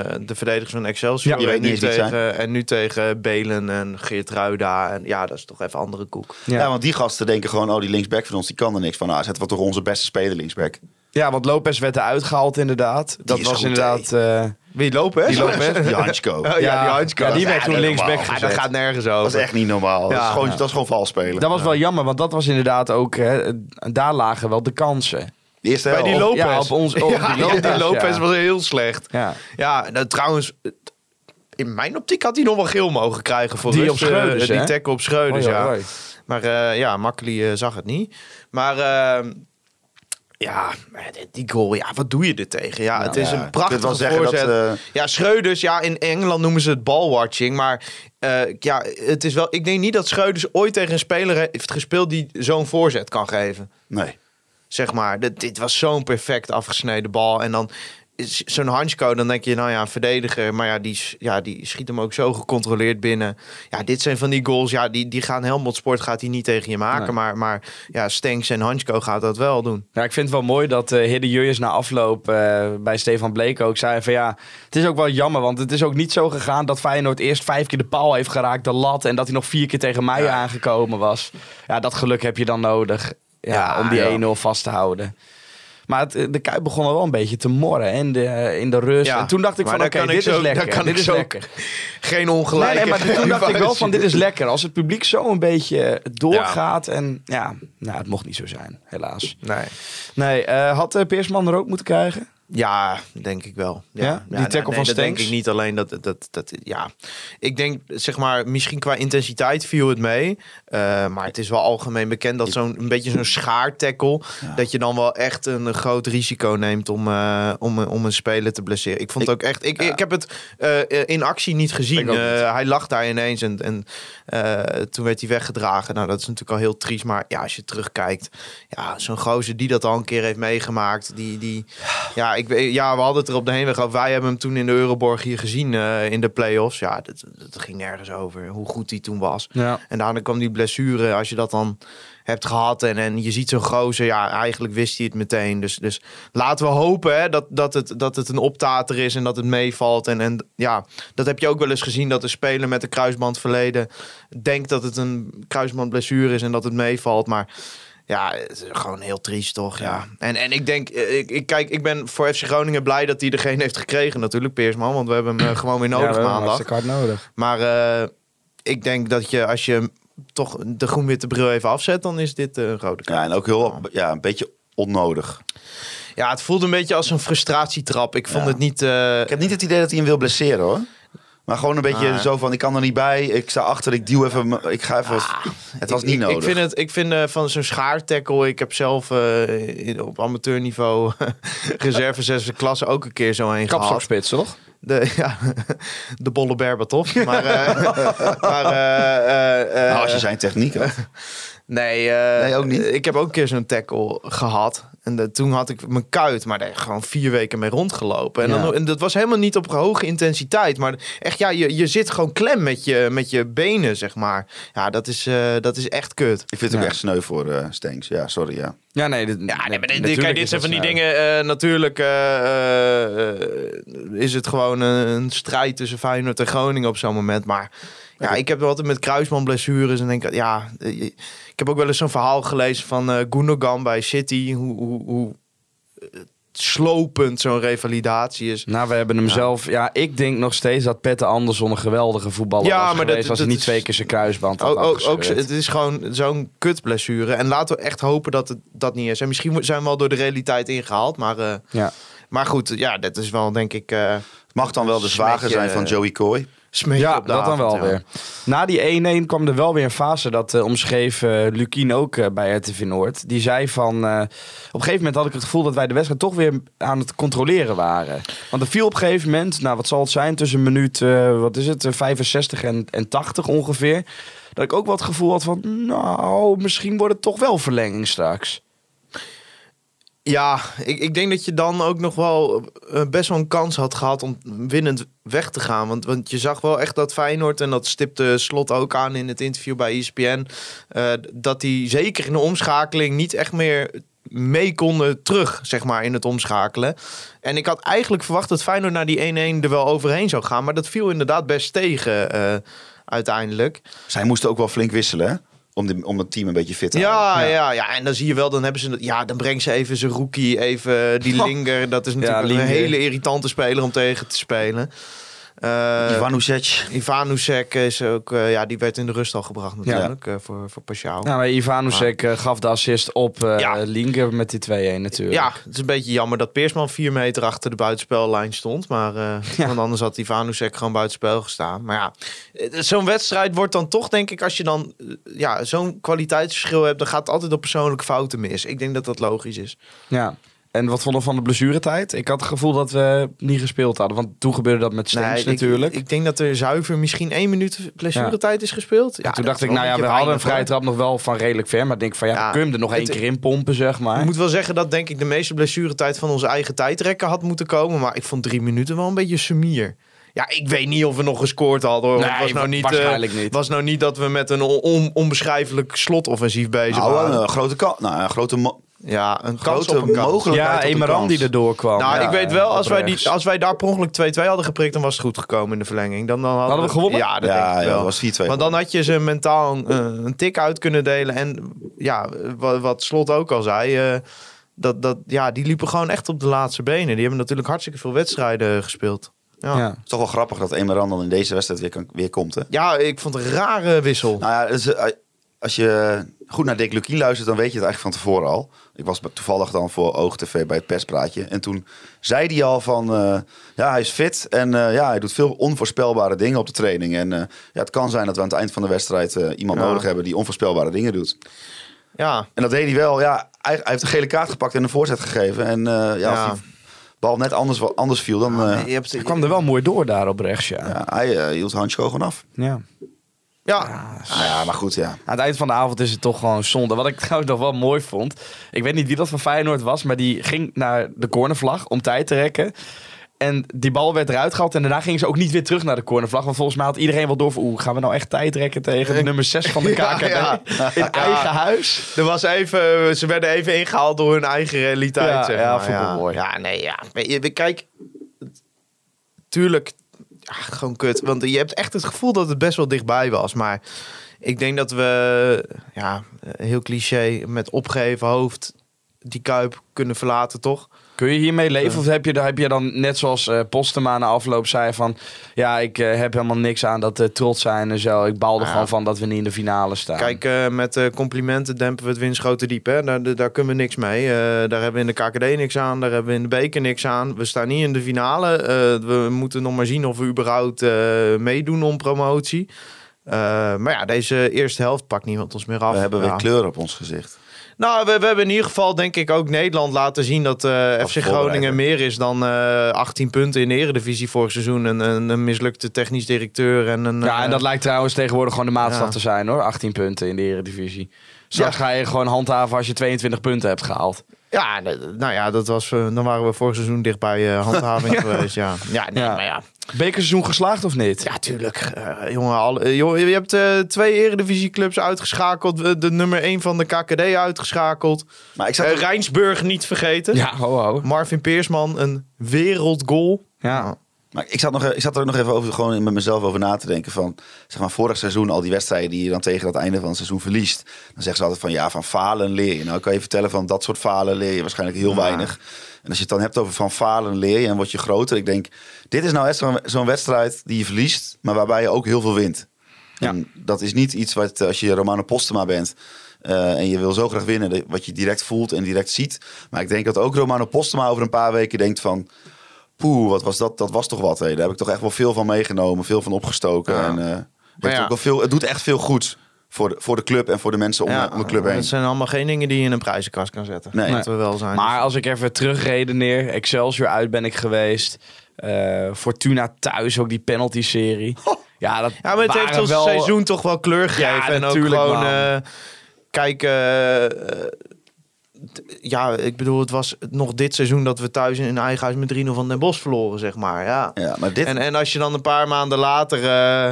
[SPEAKER 5] eh, de verdedigers van Excelsior.
[SPEAKER 3] Ja, die
[SPEAKER 5] en
[SPEAKER 4] weet
[SPEAKER 5] nu
[SPEAKER 4] niet eens wie het
[SPEAKER 5] tegen, en nu tegen Belen en Geertruida. En ja, dat is toch even andere koek.
[SPEAKER 4] Ja.
[SPEAKER 3] Ja.
[SPEAKER 4] want die gasten denken gewoon: oh, die linksback van ons die kan er niks van. Nou, zetten we toch onze beste speler linksback.
[SPEAKER 3] Ja, want Lopez werd eruit gehaald inderdaad. Dat
[SPEAKER 4] is
[SPEAKER 3] was
[SPEAKER 4] goed,
[SPEAKER 3] inderdaad... eh,
[SPEAKER 5] Wie lopen, hè?
[SPEAKER 3] die Lopez.
[SPEAKER 4] Die Hansko.
[SPEAKER 5] Oh, ja, die Hansko.
[SPEAKER 3] ja, die werd
[SPEAKER 4] Ja,
[SPEAKER 3] toen
[SPEAKER 4] dat
[SPEAKER 3] linksback
[SPEAKER 4] normaal.
[SPEAKER 5] Ah,
[SPEAKER 3] gezet.
[SPEAKER 5] dat gaat nergens over.
[SPEAKER 4] Dat is echt niet normaal. dat, is
[SPEAKER 5] Ja.
[SPEAKER 4] gewoon, dat is gewoon vals spelen.
[SPEAKER 3] Dat was wel jammer, want dat was inderdaad ook... Hè, daar lagen wel de kansen.
[SPEAKER 4] de eerste
[SPEAKER 5] Bij
[SPEAKER 4] helft.
[SPEAKER 5] die Lopez.
[SPEAKER 3] Ja, op ons- op
[SPEAKER 5] ja,
[SPEAKER 3] die Lopez,
[SPEAKER 5] die Lopez
[SPEAKER 3] ja.
[SPEAKER 5] was heel slecht.
[SPEAKER 3] Ja.
[SPEAKER 5] Ja, nou, trouwens, het- in mijn optiek had hij nog wel geel mogen krijgen voor
[SPEAKER 3] Die
[SPEAKER 5] rust,
[SPEAKER 3] op Schreuders,
[SPEAKER 5] eh, die
[SPEAKER 3] hè?
[SPEAKER 5] tackle op Schreuders,
[SPEAKER 3] Hoi,
[SPEAKER 5] ja.
[SPEAKER 3] hoi.
[SPEAKER 5] Maar eh, ja, Makkeli eh, zag het niet. Maar eh, ja, maar dit- die goal, ja, wat doe je er tegen?
[SPEAKER 3] Nou
[SPEAKER 5] Ja, het is
[SPEAKER 4] ja.
[SPEAKER 5] een prachtige
[SPEAKER 4] Ik wil wel zeggen
[SPEAKER 5] voorzet.
[SPEAKER 4] dat, eh,
[SPEAKER 5] Ja, Schreuders, ja, in Engeland noemen ze het ballwatching, maar eh, ja, het is wel, ik denk niet dat Schreuders ooit tegen een speler heeft gespeeld die zo'n voorzet kan geven
[SPEAKER 4] Nee.
[SPEAKER 5] zeg maar. Dit, dit was zo'n perfect afgesneden bal. En dan is zo'n Hansko, dan denk je, nou ja, een verdediger. Maar ja die, s- ja, die schiet hem ook zo gecontroleerd binnen. Ja, dit zijn van die goals. Ja, die, die gaan Helmond Sport gaat hij niet tegen je maken.
[SPEAKER 3] Nee.
[SPEAKER 5] Maar, maar ja, Stenks en Hansko gaat dat wel doen.
[SPEAKER 3] Ja, ik vind het wel mooi dat eh Hidde Jurjes na afloop eh, bij Stefan Bleek ook zei van ja, het is ook wel jammer, want het is ook niet zo gegaan dat Feyenoord eerst vijf keer de paal heeft geraakt, de lat, en dat hij nog vier keer tegen mij aangekomen was. Ja, dat geluk heb je dan nodig ja,
[SPEAKER 5] Ja,
[SPEAKER 3] om die
[SPEAKER 5] ja.
[SPEAKER 3] 1-0 vast te houden. Maar het, de Kuip begon al wel een beetje te morren hè, in de, in de rust.
[SPEAKER 5] Ja,
[SPEAKER 3] en toen dacht ik van
[SPEAKER 5] maar daar
[SPEAKER 3] oké,
[SPEAKER 5] kan ik
[SPEAKER 3] dit
[SPEAKER 5] zo-
[SPEAKER 3] is
[SPEAKER 5] daar
[SPEAKER 3] lekker,
[SPEAKER 5] kan
[SPEAKER 3] dit
[SPEAKER 5] ik
[SPEAKER 3] is
[SPEAKER 5] zo
[SPEAKER 3] lekker.
[SPEAKER 5] Geen ongelijk.
[SPEAKER 3] Nee, nee, maar toen dacht ik wel van dit is lekker. Als het publiek zo een beetje eh, doorgaat en ja, nou, het mocht niet zo zijn, helaas.
[SPEAKER 5] Nee.
[SPEAKER 3] Nee, eh, had eh, Peersman er ook moeten krijgen?
[SPEAKER 5] Ja, denk ik wel. Ja,
[SPEAKER 3] Ja? Die tackle van
[SPEAKER 5] dat denk
[SPEAKER 3] Stanks?
[SPEAKER 5] ik niet. Alleen dat, dat, dat, ja. Ik denk, zeg maar, misschien qua intensiteit viel het mee. Eh, maar het is wel algemeen bekend dat zo'n een beetje zo'n schaartackle... dat je dan wel echt een groot risico neemt om, eh, om, een- om een speler te blesseren. Ik vond het ook echt... Ik, ik heb het eh, eh, in actie niet gezien.
[SPEAKER 3] Ik ook niet.
[SPEAKER 5] Eh, hij lag daar ineens en, en eh, toen werd hij weggedragen. Nou, dat is natuurlijk al heel triest. Maar ja, als je terugkijkt... Ja, zo'n gozer die dat al een keer heeft meegemaakt... die... die ja, ik, weet- ja, we hadden het er op de heenweg over. Wij hebben hem toen in de Euroborg hier gezien eh, in de play-offs. Ja, dat, dat ging nergens over hoe goed hij toen was.
[SPEAKER 3] Ja.
[SPEAKER 5] En daarna kwam die blessure, als je dat dan hebt gehad. En, en je ziet zo'n gozer, ja, eigenlijk wist hij het meteen. Dus, dus laten we hopen hè, dat, dat, het, dat het een optater is en dat het meevalt. En, en ja, dat heb je ook wel eens gezien, dat een speler met een kruisband verleden... denkt dat het een kruisbandblessure is en dat het meevalt, maar... Ja, het is gewoon heel triest toch, ja. En, en ik denk, eh, ik, ik, kijk, ik ben voor FC Groningen blij dat hij degene heeft gekregen natuurlijk, Peersman. Want we hebben hem eh, gewoon weer nodig maandag.
[SPEAKER 3] hard nodig.
[SPEAKER 5] Maar eh, ik denk dat je als je toch de groen-witte bril even afzet, dan is dit eh, een rode kaart.
[SPEAKER 4] Ja, en ook heel ja, een beetje onnodig.
[SPEAKER 5] Ja, het voelde een beetje als een frustratietrap. Ik vond
[SPEAKER 4] Ja.
[SPEAKER 5] het niet... eh,
[SPEAKER 4] Ik heb niet het idee dat hij hem wil blesseren hoor. Maar gewoon een beetje
[SPEAKER 5] Ah.
[SPEAKER 4] zo van, ik kan er niet bij. Ik sta achter, ik duw even, m- ik ga even... wat- het was
[SPEAKER 5] Ah. ik-
[SPEAKER 4] niet
[SPEAKER 5] ik,
[SPEAKER 4] nodig.
[SPEAKER 5] Ik vind, het, ik vind eh, van zo'n schaartackle... Ik heb zelf eh, in- op amateurniveau reserve zesde klasse ook een keer zo heen gehad.
[SPEAKER 3] Kapstokspits, toch?
[SPEAKER 5] De, ja, de bolle Berbatov. Maar, eh, maar eh, eh, eh,
[SPEAKER 4] nou, als je zijn techniek had.
[SPEAKER 5] Nee, eh,
[SPEAKER 4] Nee, ook niet?
[SPEAKER 5] Ik heb ook een keer zo'n tackle gehad. En dat- toen had ik mijn kuit, maar daar heb ik gewoon vier weken mee rondgelopen. En, dan, en dat was helemaal niet op hoge intensiteit. Maar echt, ja, je, je zit gewoon klem met je, met je benen, zeg maar. Ja, dat is, eh, dat is echt kut.
[SPEAKER 4] Ik vind het ook
[SPEAKER 3] Ja.
[SPEAKER 4] echt sneu voor eh Stenks. Ja, sorry. Ja.
[SPEAKER 3] Ja, nee. Dit,
[SPEAKER 5] Ja, Ah, nee, maar dit- dit,
[SPEAKER 3] natuurlijk
[SPEAKER 5] kijk, dit
[SPEAKER 3] is
[SPEAKER 5] zijn
[SPEAKER 3] dat
[SPEAKER 5] van die
[SPEAKER 3] sneu.
[SPEAKER 5] dingen. eh, natuurlijk eh, eh, is het gewoon een, een strijd tussen Feyenoord en Groningen op zo'n moment. Maar ja, ik heb altijd met Kruisman blessures. En denk, ik, ja, eh, je- ik heb ook wel eens zo'n verhaal gelezen van eh Gundogan bij City. Hoe, hoe, hoe eh, slopend zo'n revalidatie is.
[SPEAKER 3] Nou, we hebben hem zelf... Ja, ik denk nog steeds dat Pette Anderson een geweldige voetballer
[SPEAKER 5] Ja,
[SPEAKER 3] was
[SPEAKER 5] maar
[SPEAKER 3] geweest...
[SPEAKER 5] dat-
[SPEAKER 3] als hij
[SPEAKER 5] dat
[SPEAKER 3] niet
[SPEAKER 5] is-
[SPEAKER 3] twee keer zijn kruisband had
[SPEAKER 5] Ook, ook, ook,
[SPEAKER 3] afgescheurd.
[SPEAKER 5] het is gewoon zo'n kutblessure. En laten we echt hopen dat het dat niet is. En misschien zijn we al door de realiteit ingehaald. Maar, eh,
[SPEAKER 3] Ja.
[SPEAKER 5] maar goed, ja, dat is wel denk ik... eh,
[SPEAKER 4] Het mag dan wel de zwager
[SPEAKER 5] Smetje,
[SPEAKER 4] zijn van
[SPEAKER 5] eh,
[SPEAKER 4] Joey Coy.
[SPEAKER 5] Smeetje
[SPEAKER 3] Ja,
[SPEAKER 5] op de
[SPEAKER 3] dat dan
[SPEAKER 5] avond,
[SPEAKER 3] wel
[SPEAKER 5] ja.
[SPEAKER 3] weer. Na die 1-1 kwam er wel weer een fase, dat eh, omschreef eh, Lukien ook eh, bij RTV Noord. Die zei van, eh, op een gegeven moment had ik het gevoel dat wij de wedstrijd toch weer aan het controleren waren. Want er viel op een gegeven moment, nou wat zal het zijn, tussen minuut, eh, wat is het, eh, 65 en, en 80 ongeveer. Dat ik ook wel het gevoel had van, nou, misschien wordt het toch wel verlenging straks.
[SPEAKER 5] Ja, ik, ik denk dat je dan ook nog wel eh, best wel een kans had gehad om winnend weg te gaan. Want, want je zag wel echt dat Feyenoord, en dat stipte Slot ook aan in het interview bij E ESPN, eh, dat die zeker in de omschakeling niet echt meer mee konden terug, zeg maar, in het omschakelen. En ik had eigenlijk verwacht dat Feyenoord naar die 1-1 er wel overheen zou gaan. Maar dat viel inderdaad best tegen eh, uiteindelijk.
[SPEAKER 4] Zij moesten ook wel flink wisselen hè? Om, de, om het team een beetje fit te houden.
[SPEAKER 5] Ja, ja. ja, En dan zie je wel, dan hebben ze... Ja, dan brengt ze even zijn rookie, even eh, die linger. Dat is natuurlijk
[SPEAKER 3] Linger.
[SPEAKER 5] een hele irritante speler om tegen te spelen. Eh
[SPEAKER 4] Ivanusec.
[SPEAKER 5] Ivanusek is ook... eh, ja, die werd in de rust al gebracht natuurlijk eh, voor, voor Pashao. Ja.
[SPEAKER 3] Nou, maar Ivanusek eh, gaf de assist op eh
[SPEAKER 5] Ja.
[SPEAKER 3] Linker met die 2-1 natuurlijk.
[SPEAKER 5] het is een beetje jammer dat Peersman vier meter achter de buitenspellijn stond. Maar, eh, Want anders had Ivanusek gewoon buitenspel gestaan. Maar ja, eh, zo'n wedstrijd wordt dan toch, denk ik, als je dan eh, ja, zo'n kwaliteitsverschil hebt... dan gaat het altijd op persoonlijke fouten mis. Ik denk dat dat logisch is.
[SPEAKER 3] Ja. En wat vonden we van de blessuretijd? Ik had het gevoel dat we niet gespeeld hadden. Want toen gebeurde dat met Stengs
[SPEAKER 5] ik-
[SPEAKER 3] natuurlijk.
[SPEAKER 5] Ik, denk dat er zuiver misschien één minuut blessuretijd is gespeeld. Ja,
[SPEAKER 3] toen
[SPEAKER 5] dat
[SPEAKER 3] dacht
[SPEAKER 5] is
[SPEAKER 3] ik,
[SPEAKER 5] wel
[SPEAKER 3] nou ja, we
[SPEAKER 5] beetje
[SPEAKER 3] hadden een
[SPEAKER 5] weinig,
[SPEAKER 3] vrije
[SPEAKER 5] hoor.
[SPEAKER 3] trap nog wel van redelijk ver. Maar ik denk van, ja,
[SPEAKER 5] Ja,
[SPEAKER 3] kun je hem er nog één
[SPEAKER 5] het-
[SPEAKER 3] keer in pompen, zeg maar.
[SPEAKER 5] Ik moet wel zeggen dat denk ik de meeste blessuretijd van onze eigen tijdrekker had moeten komen. Maar ik vond drie minuten wel een beetje sumier. Ja, ik weet niet of we nog gescoord hadden. Hoor. want het
[SPEAKER 3] Nee,
[SPEAKER 5] was nou
[SPEAKER 3] wa-
[SPEAKER 5] niet, eh,
[SPEAKER 3] waarschijnlijk niet.
[SPEAKER 5] was nou niet dat we met een on- on- onbeschrijfelijk slotoffensief bezig
[SPEAKER 4] Nou, wel
[SPEAKER 5] waren.
[SPEAKER 4] een grote kans. Nou, een grote mo-
[SPEAKER 5] ja, een kans
[SPEAKER 4] grote
[SPEAKER 5] op een kans.
[SPEAKER 4] mogelijkheid
[SPEAKER 3] ja,
[SPEAKER 4] op een
[SPEAKER 3] Emeran
[SPEAKER 4] kans.
[SPEAKER 3] die erdoor kwam.
[SPEAKER 5] Nou,
[SPEAKER 3] Ja,
[SPEAKER 5] ik weet wel, als wij,
[SPEAKER 3] oprechts.
[SPEAKER 5] die, als wij daar per ongeluk 2-2 hadden geprikt, dan was het goed gekomen in de verlenging. Dan, dan hadden,
[SPEAKER 3] Hadden we gewonnen?
[SPEAKER 5] Ja, dat
[SPEAKER 4] Ja,
[SPEAKER 5] denk ik
[SPEAKER 4] ja,
[SPEAKER 5] wel.
[SPEAKER 4] dat was 4-2.
[SPEAKER 5] Want dan had je ze mentaal eh, een tik uit kunnen delen. En ja, wat, wat Slot ook al zei, eh, dat, dat, ja, die liepen gewoon echt op de laatste benen. Die hebben natuurlijk hartstikke veel wedstrijden gespeeld. Ja, ja.
[SPEAKER 3] Ja.
[SPEAKER 4] Het is toch wel grappig dat Emeran dan in deze wedstrijd weer, kan, weer komt. Hè?
[SPEAKER 5] ik vond het een rare wissel.
[SPEAKER 4] Nou ja, het is, eh, als je goed naar Dick Lukien luistert, dan weet je het eigenlijk van tevoren al. Ik was toevallig dan voor Oog TV bij het perspraatje. En toen zei hij al van, eh, ja, hij is fit en eh, ja, hij doet veel onvoorspelbare dingen op de training. En eh, ja, het kan zijn dat we aan het eind van de wedstrijd eh, iemand
[SPEAKER 5] Ja.
[SPEAKER 4] nodig hebben die onvoorspelbare dingen doet.
[SPEAKER 5] Ja,
[SPEAKER 4] En dat deed hij wel. Ja, hij, hij heeft een gele kaart gepakt en een voorzet gegeven. En eh, ja,
[SPEAKER 5] Ja.
[SPEAKER 4] als die bal net anders, wa- anders viel, dan eh,
[SPEAKER 5] je hebt,
[SPEAKER 3] Hij kwam er wel mooi door daar op rechts, ja. ja.
[SPEAKER 4] ja, hij eh, hield Hansko gewoon af.
[SPEAKER 5] ja,
[SPEAKER 4] Ah, ja, maar goed, ja.
[SPEAKER 3] Aan het eind van de avond is het toch gewoon zonde. Wat ik trouwens nog wel mooi vond. Ik weet niet wie dat van Feyenoord was, maar die ging naar de cornervlag om tijd te rekken. En die bal werd eruit gehaald en daarna gingen ze ook niet weer terug naar de cornervlag. Want volgens mij had iedereen wel door van... Oeh, gaan we nou echt tijd rekken tegen de nummer 6 van de
[SPEAKER 5] Ja,
[SPEAKER 3] KKD
[SPEAKER 5] ja.
[SPEAKER 3] in eigen huis?
[SPEAKER 5] Er was even, ze werden even ingehaald door hun eigen realiteit.
[SPEAKER 3] Ja,
[SPEAKER 5] zeg
[SPEAKER 3] ja,
[SPEAKER 5] maar.
[SPEAKER 3] vond ik
[SPEAKER 5] ja.
[SPEAKER 3] wel mooi.
[SPEAKER 5] Ja, nee, ja. Weet je, we- Kijk, tuurlijk, ja, gewoon kut. Want je hebt echt het gevoel dat het best wel dichtbij was. Maar ik denk dat we, ja, heel cliché, met opgeheven hoofd die kuip kunnen verlaten, toch?
[SPEAKER 3] Kun je hiermee leven? Of heb je, heb je dan net zoals eh, Postema na afloop zei van... Ja, ik eh, heb helemaal niks aan dat eh, trots zijn en zo. Ik baal er
[SPEAKER 5] Ja.
[SPEAKER 3] gewoon van dat we niet in de finale staan.
[SPEAKER 5] Kijk, eh, met eh, complimenten dempen we het winstgrote diep. Hè? Daar, daar- daar kunnen we niks mee. Eh, daar hebben we in de KKD niks aan. Daar hebben we in de beker niks aan. We staan niet in de finale. Eh, we moeten nog maar zien of we überhaupt eh, meedoen om promotie. Eh, maar ja, deze eerste helft pakt niemand ons meer af.
[SPEAKER 4] We hebben weer
[SPEAKER 5] Ja.
[SPEAKER 4] kleur op ons gezicht.
[SPEAKER 5] Nou, we, we hebben in ieder geval denk ik ook Nederland laten zien dat eh, FC Groningen
[SPEAKER 4] voorbereiden.
[SPEAKER 5] meer is dan eh, 18 punten in de Eredivisie vorig seizoen. En, en een mislukte technisch directeur. En een,
[SPEAKER 3] Ja,
[SPEAKER 5] eh,
[SPEAKER 3] en dat lijkt trouwens tegenwoordig gewoon de maatstaf
[SPEAKER 5] Ja.
[SPEAKER 3] te zijn hoor. 18 punten in de Eredivisie. Straks ga je gewoon handhaven als je 22 punten hebt gehaald.
[SPEAKER 5] Ja, n- nou ja, dat was, eh, dan waren we vorig seizoen dicht bij eh, handhaving geweest. Ja, ja, nee,
[SPEAKER 3] Ja.
[SPEAKER 5] Maar ja.
[SPEAKER 3] Bekerseizoen geslaagd of niet?
[SPEAKER 5] ja tuurlijk. eh, jongen, alle, eh, joh, je hebt eh, twee eredivisieclubs uitgeschakeld. eh, De nummer 1 van de KKD uitgeschakeld.
[SPEAKER 4] Maar ik zat
[SPEAKER 5] Eh
[SPEAKER 4] ook-
[SPEAKER 5] Rijnsburg niet vergeten.
[SPEAKER 3] Ja, ho ho.
[SPEAKER 5] Marvin Peersman, een wereldgoal.
[SPEAKER 3] Ja.
[SPEAKER 4] Maar ik zat, nog, eh, ik zat er ook nog even over, gewoon met mezelf over na te denken. Van, zeg maar, vorig seizoen, al die wedstrijden die je dan tegen het einde van het seizoen verliest. Dan zeggen ze altijd van, ja, van falen leer je. Nou, ik kan je vertellen van, dat soort falen leer je waarschijnlijk heel weinig. En als je het dan hebt over van falen leer je en word je groter. Ik denk, dit is nou echt zo'n, zo'n wedstrijd die je verliest, maar waarbij je ook heel veel wint.
[SPEAKER 3] Ja.
[SPEAKER 4] En dat is niet iets wat, eh, als je Romano Postema bent... eh, en je wil zo graag winnen, dat- wat je direct voelt en direct ziet. Maar ik denk dat ook Romano Postema over een paar weken denkt van... Poeh, wat was dat? Dat was toch wat. Hé. Daar heb ik toch echt wel veel van meegenomen, veel van opgestoken.
[SPEAKER 5] Ja.
[SPEAKER 4] En, eh, heeft
[SPEAKER 5] ja.
[SPEAKER 4] ook wel veel, het doet echt veel goed voor de, voor de club en voor de mensen om, de, om de club heen.
[SPEAKER 5] Dat zijn allemaal geen dingen die je in een prijzenkast kan zetten.
[SPEAKER 4] Nee.
[SPEAKER 5] Laten we wel zijn.
[SPEAKER 3] Maar als ik even terugredeneer. Excelsior uit ben ik geweest. Eh, Fortuna thuis, ook die penalty-serie. Ja, dat
[SPEAKER 5] Ja, maar het
[SPEAKER 3] waren
[SPEAKER 5] heeft ons
[SPEAKER 3] wel...
[SPEAKER 5] seizoen toch wel kleur gegeven.
[SPEAKER 3] Ja,
[SPEAKER 5] en ook
[SPEAKER 3] natuurlijk,
[SPEAKER 5] gewoon,
[SPEAKER 3] man.
[SPEAKER 5] eh, kijk, eh, eh, t- ja, ik bedoel, het was nog dit seizoen dat we thuis in in eigen huis met 3-0 van Den Bosch verloren, zeg maar. Ja.
[SPEAKER 4] Ja, maar dit,
[SPEAKER 5] En, en als je dan een paar maanden later eh,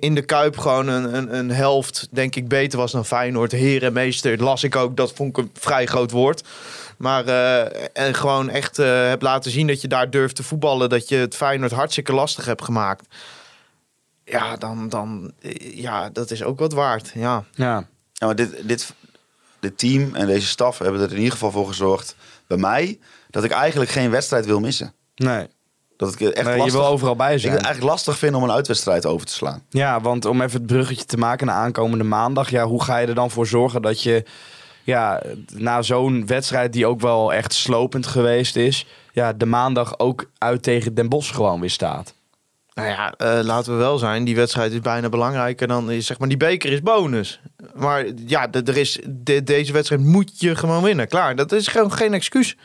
[SPEAKER 5] in de Kuip gewoon een, een, een helft, denk ik, beter was dan Feyenoord. Heer en meester, las ik ook. Dat vond ik een vrij groot woord. Maar eh, en gewoon echt eh heb laten zien dat je daar durft te voetballen. Dat je het Feyenoord hartstikke lastig hebt gemaakt. Ja, dan, dan, eh, ja dat is ook wat waard. Ja.
[SPEAKER 3] Ja.
[SPEAKER 4] ja, maar dit, dit, dit team en deze staf hebben er in ieder geval voor gezorgd, bij mij, dat ik eigenlijk geen wedstrijd wil missen.
[SPEAKER 3] Nee.
[SPEAKER 4] Dat ik het echt
[SPEAKER 3] Nee, je
[SPEAKER 4] lastig,
[SPEAKER 3] wil overal bij
[SPEAKER 4] Dus ik
[SPEAKER 3] zijn.
[SPEAKER 4] het eigenlijk lastig vind om een uitwedstrijd over te slaan.
[SPEAKER 3] Ja, want om even het bruggetje te maken naar aankomende maandag. Ja, hoe ga je er dan voor zorgen dat je ja, na zo'n wedstrijd die ook wel echt slopend geweest is... Ja, de maandag ook uit tegen Den Bosch gewoon weer staat.
[SPEAKER 5] Nou ja, eh, laten we wel zijn. Die wedstrijd is bijna belangrijker dan, eh, zeg maar, die beker is bonus. Maar ja, d- er is, de- deze wedstrijd moet je gewoon winnen. Klaar, dat is gewoon geen excuus.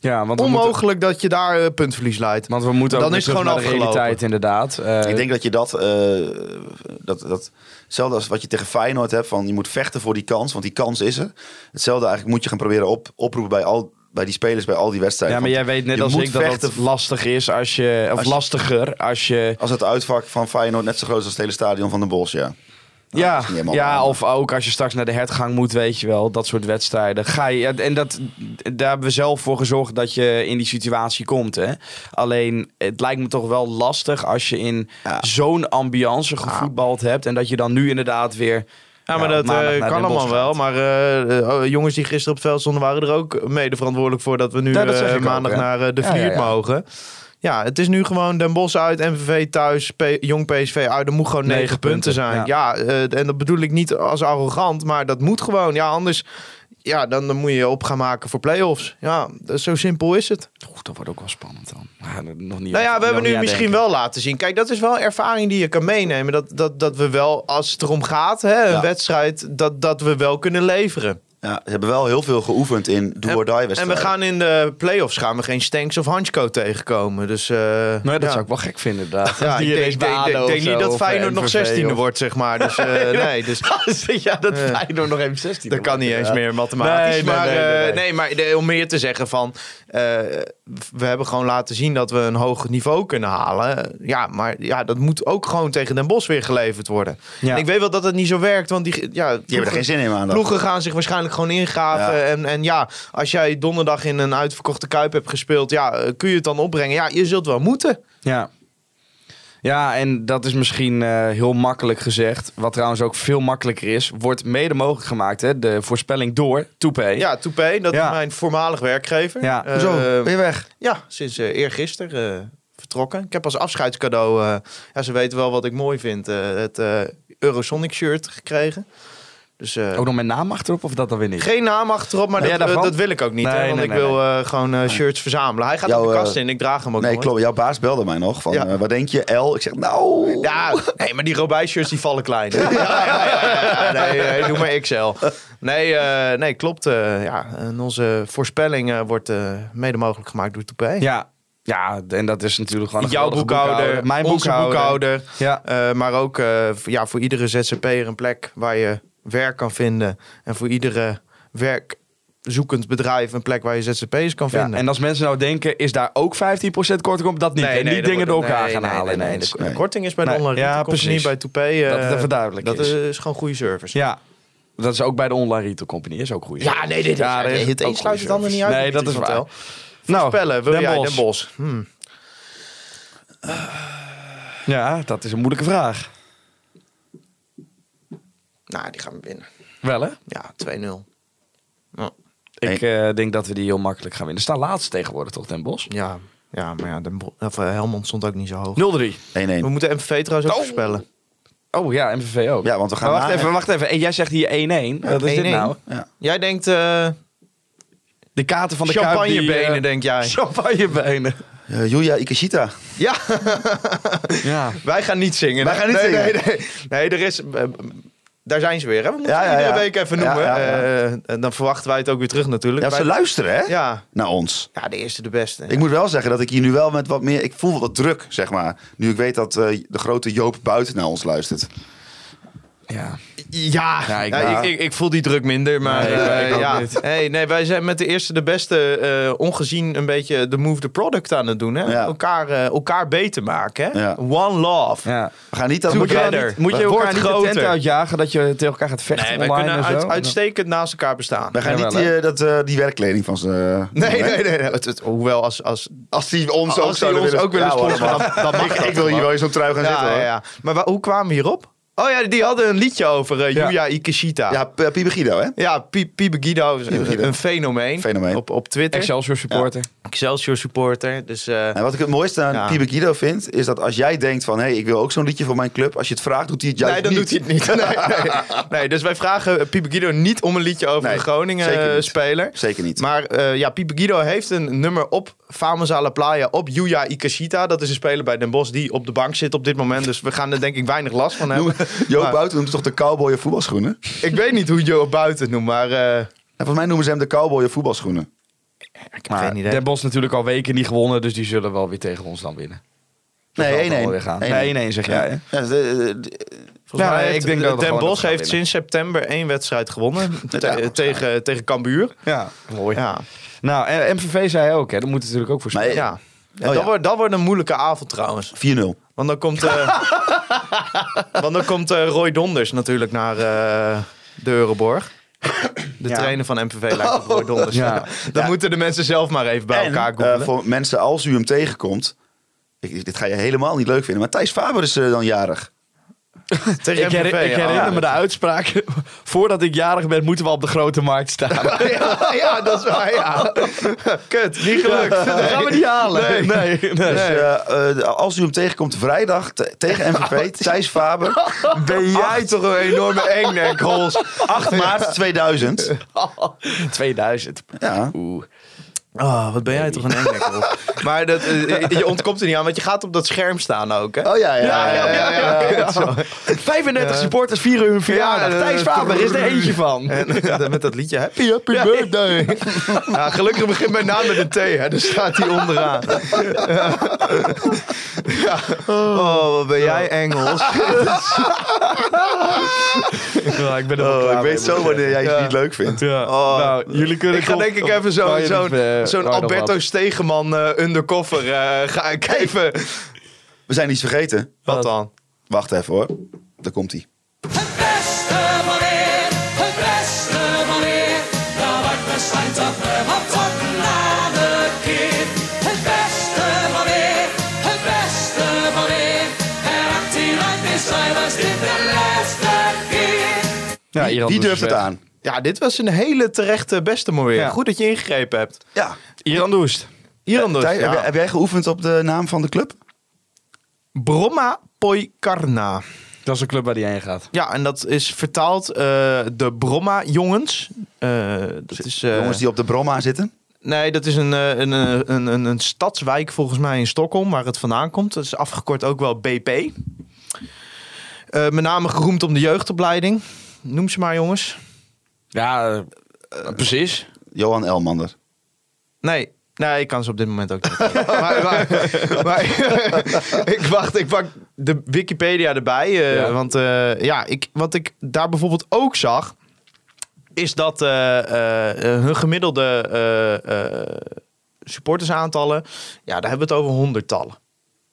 [SPEAKER 3] Ja, want we moeten,
[SPEAKER 5] Onmogelijk dat je daar eh, puntverlies leidt.
[SPEAKER 3] want we moeten ook
[SPEAKER 5] Dan
[SPEAKER 3] weer
[SPEAKER 5] is het
[SPEAKER 3] terug
[SPEAKER 5] gewoon
[SPEAKER 3] naar de
[SPEAKER 5] afgelopen.
[SPEAKER 3] realiteit inderdaad. Eh,
[SPEAKER 4] Ik denk dat je dat, eh, dat, dat, hetzelfde als wat je tegen Feyenoord hebt, van je moet vechten voor die kans, want die kans is er. Hetzelfde eigenlijk moet je gaan proberen op, oproepen bij, al, bij die spelers, bij al die wedstrijden.
[SPEAKER 3] ja, maar jij
[SPEAKER 4] Want
[SPEAKER 3] weet net
[SPEAKER 4] je
[SPEAKER 3] als
[SPEAKER 4] moet
[SPEAKER 3] ik dat
[SPEAKER 4] vechten
[SPEAKER 3] het lastig is als je... Of
[SPEAKER 4] Als je-
[SPEAKER 3] lastiger als je...
[SPEAKER 4] Als het uitvak van Feyenoord net zo groot is als het hele stadion van de Bosch, ja.
[SPEAKER 3] Ja,
[SPEAKER 4] Nou, is niet helemaal
[SPEAKER 3] ja
[SPEAKER 4] waar,
[SPEAKER 3] of ook als je straks naar de hertgang moet, weet je wel. Dat soort wedstrijden. Ga je, ja, en dat, daar hebben we zelf voor gezorgd dat je in die situatie komt. Hè? Alleen, het lijkt me toch wel lastig als je in
[SPEAKER 4] Ja.
[SPEAKER 3] zo'n ambiance gevoetbald hebt. En dat je dan nu inderdaad weer...
[SPEAKER 5] Ja, maar
[SPEAKER 3] ja,
[SPEAKER 5] dat eh,
[SPEAKER 3] maandag naar
[SPEAKER 5] kan
[SPEAKER 3] Den Bosch
[SPEAKER 5] allemaal wel.
[SPEAKER 3] gaat.
[SPEAKER 5] Maar eh, eh, oh, jongens die gisteren op het veld stonden, waren er ook mede verantwoordelijk voor dat we nu
[SPEAKER 3] Ja, dat zeg
[SPEAKER 5] eh,
[SPEAKER 3] ik ook,
[SPEAKER 5] maandag
[SPEAKER 3] ja.
[SPEAKER 5] naar eh, de
[SPEAKER 3] Ja, ja,
[SPEAKER 5] vier
[SPEAKER 3] ja.
[SPEAKER 5] mogen. Ja, het is nu gewoon Den Bosch uit, MVV thuis, P- Jong PSV uit. Er moet gewoon
[SPEAKER 3] Negen
[SPEAKER 5] negen,
[SPEAKER 3] punten,
[SPEAKER 5] punten zijn. Ja, eh, en dat bedoel ik niet als arrogant, maar dat moet gewoon. Ja, anders ja, dan, dan moet je je op gaan maken voor play-offs. Ja, dat- zo simpel is het.
[SPEAKER 3] Oeh, dat wordt ook wel spannend dan. Ja, dat- nog niet
[SPEAKER 5] Nou ja,
[SPEAKER 3] nog
[SPEAKER 5] we hebben
[SPEAKER 3] niet
[SPEAKER 5] nu
[SPEAKER 3] aan
[SPEAKER 5] misschien
[SPEAKER 3] denken.
[SPEAKER 5] wel laten zien. Kijk, dat is wel ervaring die je kan meenemen. Dat, dat, dat we wel, als het erom gaat, hè, een
[SPEAKER 4] Ja.
[SPEAKER 5] wedstrijd, dat, dat we wel kunnen leveren.
[SPEAKER 4] Ja, ze hebben wel heel veel geoefend in do or die wedstrijden.
[SPEAKER 5] En we gaan in de play-offs gaan we geen Stanks of Hansko tegenkomen. Dus, eh,
[SPEAKER 3] Nou ja, dat zou ik wel gek vinden inderdaad.
[SPEAKER 5] Ja,
[SPEAKER 3] Als die
[SPEAKER 5] ik
[SPEAKER 3] ineens
[SPEAKER 5] denk, denk,
[SPEAKER 3] baden
[SPEAKER 5] denk,
[SPEAKER 3] of
[SPEAKER 5] denk
[SPEAKER 3] zo,
[SPEAKER 5] niet dat
[SPEAKER 3] of, eh,
[SPEAKER 5] Feyenoord nog
[SPEAKER 3] MVV
[SPEAKER 5] 16e
[SPEAKER 3] of-
[SPEAKER 5] wordt, zeg maar. Dus, eh, nee, dus
[SPEAKER 3] ja, dat
[SPEAKER 5] Ja.
[SPEAKER 3] Feyenoord nog even 16
[SPEAKER 5] dat kan niet eens meer mathematisch.
[SPEAKER 3] Nee, nee,
[SPEAKER 5] maar,
[SPEAKER 3] nee, nee,
[SPEAKER 5] eh,
[SPEAKER 3] nee.
[SPEAKER 5] nee, maar de- om meer te zeggen van... eh, we hebben gewoon laten zien dat we een hoger niveau kunnen halen. Ja, maar ja, dat moet ook gewoon tegen Den Bosch weer geleverd worden.
[SPEAKER 3] Ja.
[SPEAKER 5] En ik weet wel dat het niet zo werkt, want die... Ja,
[SPEAKER 4] Die hebben er geen zin in, man.
[SPEAKER 5] Ploegen gaan zich waarschijnlijk gewoon ingraven.
[SPEAKER 4] Ja.
[SPEAKER 5] En, en ja, als jij donderdag in een uitverkochte Kuip hebt gespeeld... ja, eh, kun je het dan opbrengen? Ja, je zult wel moeten.
[SPEAKER 3] Ja. Ja, en dat is misschien eh, heel makkelijk gezegd. Wat trouwens ook veel makkelijker is, wordt mede mogelijk gemaakt. Hè? De voorspelling door Toepé.
[SPEAKER 5] Ja, Toupé, dat
[SPEAKER 3] Ja.
[SPEAKER 5] is mijn voormalig werkgever.
[SPEAKER 3] Ja.
[SPEAKER 5] Eh,
[SPEAKER 4] Zo, ben je weg?
[SPEAKER 5] Ja, sinds eh eergisteren eh, vertrokken. Ik heb als afscheidscadeau, eh, ja, ze weten wel wat ik mooi vind, eh, het eh, Eurosonic shirt gekregen. Dus eh,
[SPEAKER 3] Ook nog met naam achterop of dat dan weer niet?
[SPEAKER 5] geen naam achterop, maar
[SPEAKER 3] Ben jij
[SPEAKER 5] dat,
[SPEAKER 3] daarvan?
[SPEAKER 5] eh, dat wil ik ook niet.
[SPEAKER 3] Nee,
[SPEAKER 5] hè, want
[SPEAKER 3] nee,
[SPEAKER 5] ik
[SPEAKER 3] nee,
[SPEAKER 5] wil eh, gewoon eh, shirts verzamelen. Hij gaat
[SPEAKER 4] Jouw,
[SPEAKER 5] in de
[SPEAKER 4] eh,
[SPEAKER 5] kast in, ik draag hem ook
[SPEAKER 4] Nee,
[SPEAKER 5] nooit.
[SPEAKER 4] klopt. Jouw baas belde mij nog. Van,
[SPEAKER 5] Ja.
[SPEAKER 4] eh, wat denk je? L? Ik zeg, nou...
[SPEAKER 5] Ja, nee, maar die Robij-shirts die vallen klein. hè. Ja, ja, ja, ja, ja. Nee, eh, doe maar XL. Nee, eh, nee klopt. eh, ja. En onze voorspelling eh, wordt eh, mede mogelijk gemaakt door Toupé.
[SPEAKER 3] Ja. ja, en dat is natuurlijk gewoon een
[SPEAKER 5] Jouw
[SPEAKER 3] geweldige
[SPEAKER 5] boekhouder,
[SPEAKER 3] Mijn boekhouder.
[SPEAKER 5] Onze boekhouder.
[SPEAKER 3] Ja.
[SPEAKER 5] Eh, maar ook eh, v- ja, voor iedere ZZP'er een plek waar je werk kan vinden. En voor iedere werkzoekend bedrijf een plek waar je ZZP'ers kan
[SPEAKER 3] Ja,
[SPEAKER 5] vinden.
[SPEAKER 3] en als mensen nou denken, is daar ook 15% korting op? Dat niet. en niet
[SPEAKER 5] dat
[SPEAKER 3] dingen door
[SPEAKER 5] wordt-
[SPEAKER 3] elkaar
[SPEAKER 5] nee,
[SPEAKER 3] gaan
[SPEAKER 5] nee,
[SPEAKER 3] halen
[SPEAKER 5] nee, nee.
[SPEAKER 3] ineens.
[SPEAKER 5] De korting is bij de
[SPEAKER 3] Nee,
[SPEAKER 5] online
[SPEAKER 3] ja,
[SPEAKER 5] ja,
[SPEAKER 3] precies.
[SPEAKER 5] precies. bij Toupé. eh,
[SPEAKER 3] Dat het even duidelijk
[SPEAKER 5] dat
[SPEAKER 3] is.
[SPEAKER 5] is. gewoon goede service.
[SPEAKER 3] Ja, dat is ook bij de online retail company. Is ook goed.
[SPEAKER 5] Ja, nee, dit is,
[SPEAKER 3] Ja, dat is
[SPEAKER 5] het
[SPEAKER 3] ook
[SPEAKER 5] een sluit het
[SPEAKER 3] goede
[SPEAKER 5] ander niet uit.
[SPEAKER 3] service. Nee,
[SPEAKER 5] natuurlijk,
[SPEAKER 3] dat is
[SPEAKER 5] want
[SPEAKER 3] waar. Nou,
[SPEAKER 5] wel. Voorspellen, wil
[SPEAKER 3] Den
[SPEAKER 5] jij
[SPEAKER 3] Bosch.
[SPEAKER 5] Den Bosch? Hmm.
[SPEAKER 3] Ja, dat is een moeilijke vraag.
[SPEAKER 5] Nou, die gaan we winnen.
[SPEAKER 3] Wel hè?
[SPEAKER 5] Ja, 2-0.
[SPEAKER 3] Ik eh, denk dat we die heel makkelijk gaan winnen. Ze staan laatst tegenwoordig toch, Den Bosch? 0-3.
[SPEAKER 5] Ja, ja, maar ja, Den Bosch, of, eh, Helmond stond ook niet zo hoog.
[SPEAKER 4] 1-1.
[SPEAKER 5] We moeten MVV trouwens ook voorspellen.
[SPEAKER 3] Oh ja, MVV ook.
[SPEAKER 4] Ja, want we gaan
[SPEAKER 3] Maar wacht
[SPEAKER 4] na-
[SPEAKER 3] even, wacht even. En jij zegt hier 1-1. Wat is dit
[SPEAKER 5] 1-1.
[SPEAKER 3] nou?
[SPEAKER 5] Jij denkt eh
[SPEAKER 3] De kaarten van de Kuip die, eh,
[SPEAKER 5] champagnebenen, denk jij.
[SPEAKER 3] Champagnebenen.
[SPEAKER 4] Eh, Yuya Ikeshita.
[SPEAKER 5] Ja,
[SPEAKER 3] Ja.
[SPEAKER 5] wij gaan niet zingen.
[SPEAKER 4] Wij
[SPEAKER 5] hè?
[SPEAKER 4] gaan niet
[SPEAKER 5] nee,
[SPEAKER 4] zingen.
[SPEAKER 5] Nee, nee. nee, er is... eh, daar zijn ze weer, hè? We moeten
[SPEAKER 4] Ja,
[SPEAKER 5] ze
[SPEAKER 4] ja,
[SPEAKER 5] iedere
[SPEAKER 4] ja.
[SPEAKER 5] week even
[SPEAKER 4] Ja,
[SPEAKER 5] noemen.
[SPEAKER 4] ja, ja.
[SPEAKER 5] Eh, en dan verwachten wij het ook weer terug natuurlijk.
[SPEAKER 4] Ja, ze
[SPEAKER 5] Wij-
[SPEAKER 4] luisteren, hè?
[SPEAKER 5] ja.
[SPEAKER 4] Naar ons.
[SPEAKER 5] ja, de eerste de beste.
[SPEAKER 4] Ik moet wel zeggen dat ik hier nu wel met wat meer... Ik voel wat druk, zeg maar. Nu ik weet dat eh, de grote Joop buiten naar ons luistert.
[SPEAKER 3] ja.
[SPEAKER 5] Ja,
[SPEAKER 3] Ja, ik-
[SPEAKER 5] ja,
[SPEAKER 3] ja.
[SPEAKER 5] ik, ik, ik voel die druk minder, maar
[SPEAKER 3] Nee, ik-
[SPEAKER 5] eh,
[SPEAKER 3] ik ook
[SPEAKER 5] ja.
[SPEAKER 3] niet.
[SPEAKER 5] Hey, nee, wij zijn met de eerste de beste eh, ongezien een beetje de move the product aan het doen. Hè?
[SPEAKER 4] Ja.
[SPEAKER 5] Elkaar, eh, elkaar beter maken. Hè?
[SPEAKER 4] Ja.
[SPEAKER 5] One love.
[SPEAKER 3] ja.
[SPEAKER 4] We gaan niet dat...
[SPEAKER 5] Doe
[SPEAKER 3] Moet je,
[SPEAKER 5] Together.
[SPEAKER 3] dan niet- moet je
[SPEAKER 5] Wordt
[SPEAKER 3] elkaar niet de tent
[SPEAKER 5] groter.
[SPEAKER 3] uitjagen dat je tegen elkaar gaat vechten
[SPEAKER 5] Nee, wij
[SPEAKER 3] online
[SPEAKER 5] kunnen
[SPEAKER 3] en zo?
[SPEAKER 5] uit- uitstekend naast elkaar bestaan.
[SPEAKER 4] We gaan
[SPEAKER 3] Jawel,
[SPEAKER 4] niet die,
[SPEAKER 3] hè?
[SPEAKER 4] eh, dat, eh, die werkkleding van ze...
[SPEAKER 5] Nee, nee, nee. nee. Het, het- hoewel, als, als,
[SPEAKER 4] Als die ons
[SPEAKER 5] als
[SPEAKER 4] ook
[SPEAKER 5] die
[SPEAKER 4] zouden
[SPEAKER 5] ons
[SPEAKER 4] willen...
[SPEAKER 5] ook willen
[SPEAKER 4] Ja, hoor,
[SPEAKER 5] sponsoren,
[SPEAKER 4] man.
[SPEAKER 5] dan- dan mag
[SPEAKER 4] Ik,
[SPEAKER 5] dat,
[SPEAKER 4] ik wil hier
[SPEAKER 5] man.
[SPEAKER 4] wel in zo'n trui gaan zitten,
[SPEAKER 5] ja,
[SPEAKER 4] hoor.
[SPEAKER 5] ja,
[SPEAKER 4] Ja,
[SPEAKER 5] ja. Maar wa- hoe kwamen we hierop? Oh ja, die hadden een liedje over eh
[SPEAKER 3] Ja.
[SPEAKER 5] Yuya Ikeshita. Ja,
[SPEAKER 4] P- Pibe Guido, hè?
[SPEAKER 5] Pi- Pibe Guido is
[SPEAKER 4] Pibe
[SPEAKER 5] een,
[SPEAKER 4] Guido.
[SPEAKER 5] een fenomeen,
[SPEAKER 4] Fenomeen.
[SPEAKER 5] Op, op Twitter.
[SPEAKER 3] Excelsior supporter.
[SPEAKER 5] Excelsior supporter. Dus eh,
[SPEAKER 4] En wat ik het mooiste aan
[SPEAKER 5] Ja.
[SPEAKER 4] Pibe Guido vind, is dat als jij denkt van... hé, hey, ik wil ook zo'n liedje voor mijn club. Als je het vraagt, doet hij het juist
[SPEAKER 5] nee, dan
[SPEAKER 4] niet.
[SPEAKER 5] doet hij het niet. Nee, nee. Nee, dus wij vragen eh, Pipe Guido niet om een liedje over
[SPEAKER 4] Nee,
[SPEAKER 5] een Groningen
[SPEAKER 4] zeker niet.
[SPEAKER 5] eh, speler.
[SPEAKER 4] Zeker niet.
[SPEAKER 5] Maar eh, ja, Pipe Guido heeft een nummer op Famous à la Playa op Yuya Ikashita. Dat is een speler bij Den Bosch die op de bank zit op dit moment. Dus we gaan er denk ik weinig last van hebben.
[SPEAKER 4] Joop
[SPEAKER 5] Maar
[SPEAKER 4] Buiten noemt toch de cowboy en voetbalschoenen?
[SPEAKER 5] Ik weet niet hoe Joop Buiten het noemt, maar... eh,
[SPEAKER 4] En Nou, volgens mij noemen ze hem de cowboy en voetbalschoenen.
[SPEAKER 5] ik heb
[SPEAKER 3] Maar
[SPEAKER 5] geen idee.
[SPEAKER 3] Den Bosch natuurlijk al weken niet gewonnen, dus die zullen wel weer tegen ons dan winnen.
[SPEAKER 4] Nee,
[SPEAKER 3] zal
[SPEAKER 4] 1-1.
[SPEAKER 3] het wel weer gaan. Nee, 1-1 zeg jij, hè?
[SPEAKER 4] Ja, de- de- de-
[SPEAKER 5] Volgens
[SPEAKER 3] Ja,
[SPEAKER 5] mij
[SPEAKER 3] ik
[SPEAKER 5] heeft-
[SPEAKER 3] denk dat we
[SPEAKER 5] Den
[SPEAKER 3] gewoon
[SPEAKER 5] Bosch
[SPEAKER 3] dat gaan
[SPEAKER 5] heeft
[SPEAKER 3] winnen.
[SPEAKER 5] sinds september één wedstrijd gewonnen. Te- eh,
[SPEAKER 4] Ja.
[SPEAKER 5] tegen, tegen Cambuur.
[SPEAKER 3] Ja, mooi.
[SPEAKER 5] Ja.
[SPEAKER 3] Nou, en MVV zei ook, hè, dat moet natuurlijk ook voor
[SPEAKER 4] Maar-
[SPEAKER 3] spelen.
[SPEAKER 5] ja. En
[SPEAKER 4] Oh,
[SPEAKER 5] dat,
[SPEAKER 4] ja.
[SPEAKER 5] Wordt, dat wordt een moeilijke avond trouwens.
[SPEAKER 4] 4-0.
[SPEAKER 5] Want dan komt, eh, want dan komt eh, Roy Donders natuurlijk naar eh, de Euroborg. De
[SPEAKER 3] Ja.
[SPEAKER 5] trainer van MVV lijkt op Roy Donders.
[SPEAKER 3] Ja.
[SPEAKER 5] Dan
[SPEAKER 4] Ja.
[SPEAKER 5] moeten de mensen zelf maar even bij
[SPEAKER 4] en,
[SPEAKER 5] elkaar
[SPEAKER 4] eh,
[SPEAKER 5] googlen.
[SPEAKER 4] voor mensen, als u hem tegenkomt... Ik, dit ga je helemaal niet leuk vinden, maar Thijs Faber is eh, dan jarig.
[SPEAKER 5] Tegen
[SPEAKER 3] Ik, her-
[SPEAKER 5] MVV,
[SPEAKER 3] ik
[SPEAKER 5] ja.
[SPEAKER 3] herinner
[SPEAKER 5] Ja.
[SPEAKER 3] me de uitspraak. Voordat ik jarig ben, moeten we op de grote markt staan.
[SPEAKER 5] ja, ja, dat is waar, ja. Kut, niet gelukt.
[SPEAKER 3] Dat gaan we niet halen. Nee, nee.
[SPEAKER 4] Dus eh, eh, als u hem tegenkomt vrijdag te- tegen MVV, Thijs Faber.
[SPEAKER 5] Ben jij toch een enorme engnek, Hols.
[SPEAKER 4] 8 maart 2000.
[SPEAKER 3] 2000.
[SPEAKER 4] Ja.
[SPEAKER 3] Oeh.
[SPEAKER 5] Oh, wat ben jij toch een engnek, Hols. Maar dat, eh, je ontkomt er niet aan, want je gaat op dat scherm staan ook, hè?
[SPEAKER 4] Oh ja, ja, ja.
[SPEAKER 5] ja, ja, ja. Zo.
[SPEAKER 3] 35 supporters vieren hun verjaardag.
[SPEAKER 5] Ja,
[SPEAKER 3] Thijs
[SPEAKER 5] eh,
[SPEAKER 3] Faber is er eentje van.
[SPEAKER 5] En met dat liedje Happy Happy Birthday. Ja, gelukkig begint mijn naam met een T, hè? dus staat hij onderaan. Ja. Oh, wat ben jij Engels?
[SPEAKER 3] ik ben er
[SPEAKER 4] Oh, ik weet zo wanneer jij het niet leuk vindt.
[SPEAKER 5] Oh.
[SPEAKER 3] nou, jullie kunnen
[SPEAKER 5] Ik ga
[SPEAKER 3] toch-
[SPEAKER 5] denk ik even
[SPEAKER 3] Wou
[SPEAKER 5] zo'n
[SPEAKER 3] je
[SPEAKER 5] zo
[SPEAKER 3] dit, eh,
[SPEAKER 5] zo'n
[SPEAKER 3] wou je nog
[SPEAKER 5] Alberto
[SPEAKER 3] wat?
[SPEAKER 5] Stegeman eh, undercover eh, ga ik even...
[SPEAKER 4] We zijn iets vergeten.
[SPEAKER 5] Wat dan?
[SPEAKER 4] Wacht even hoor. Daar komt hij.
[SPEAKER 1] Het beste van leer, het beste van leer. Ja, wat verschijnt dat we wat tot na de keer. Het beste van leer, het beste van leer. En actie uit weer zijn, was dit de laatste keer.
[SPEAKER 3] Ja,
[SPEAKER 4] Wie,
[SPEAKER 3] Iran
[SPEAKER 4] wie
[SPEAKER 3] doet
[SPEAKER 4] durft het
[SPEAKER 3] weg.
[SPEAKER 4] aan?
[SPEAKER 5] Ja, dit was een hele terechte beste mooie.
[SPEAKER 3] Ja.
[SPEAKER 5] Goed dat je ingegrepen hebt.
[SPEAKER 4] Ja.
[SPEAKER 3] Iran Doest.
[SPEAKER 5] Hier anders.
[SPEAKER 4] Thij- heb, jij-
[SPEAKER 5] Ja. eh,
[SPEAKER 4] heb jij geoefend op de naam van de club?
[SPEAKER 5] Bromma Poikarna.
[SPEAKER 3] Dat is een club waar die heen gaat.
[SPEAKER 5] Ja, en dat is vertaald eh, de Bromma jongens. Eh, dat is, eh,
[SPEAKER 4] Jongens die op de Bromma zitten.
[SPEAKER 5] Nee, dat is een, eh, een, eh, een, een, een stadswijk volgens mij in Stockholm, waar het vandaan komt. Dat is afgekort ook wel BP. Eh, met name geroemd om de jeugdopleiding. Noem ze maar, jongens.
[SPEAKER 3] Ja, eh, precies.
[SPEAKER 4] Johan Elmander.
[SPEAKER 5] Nee, nee, ik kan ze op dit moment ook niet. maar, maar, maar- ik wacht, ik pak de Wikipedia erbij. eh,
[SPEAKER 3] Ja.
[SPEAKER 5] Want eh, ja, ik, wat ik daar bijvoorbeeld ook zag, is dat eh, eh, eh, hun gemiddelde eh, eh, supportersaantallen, ja, daar hebben we het over honderdtallen.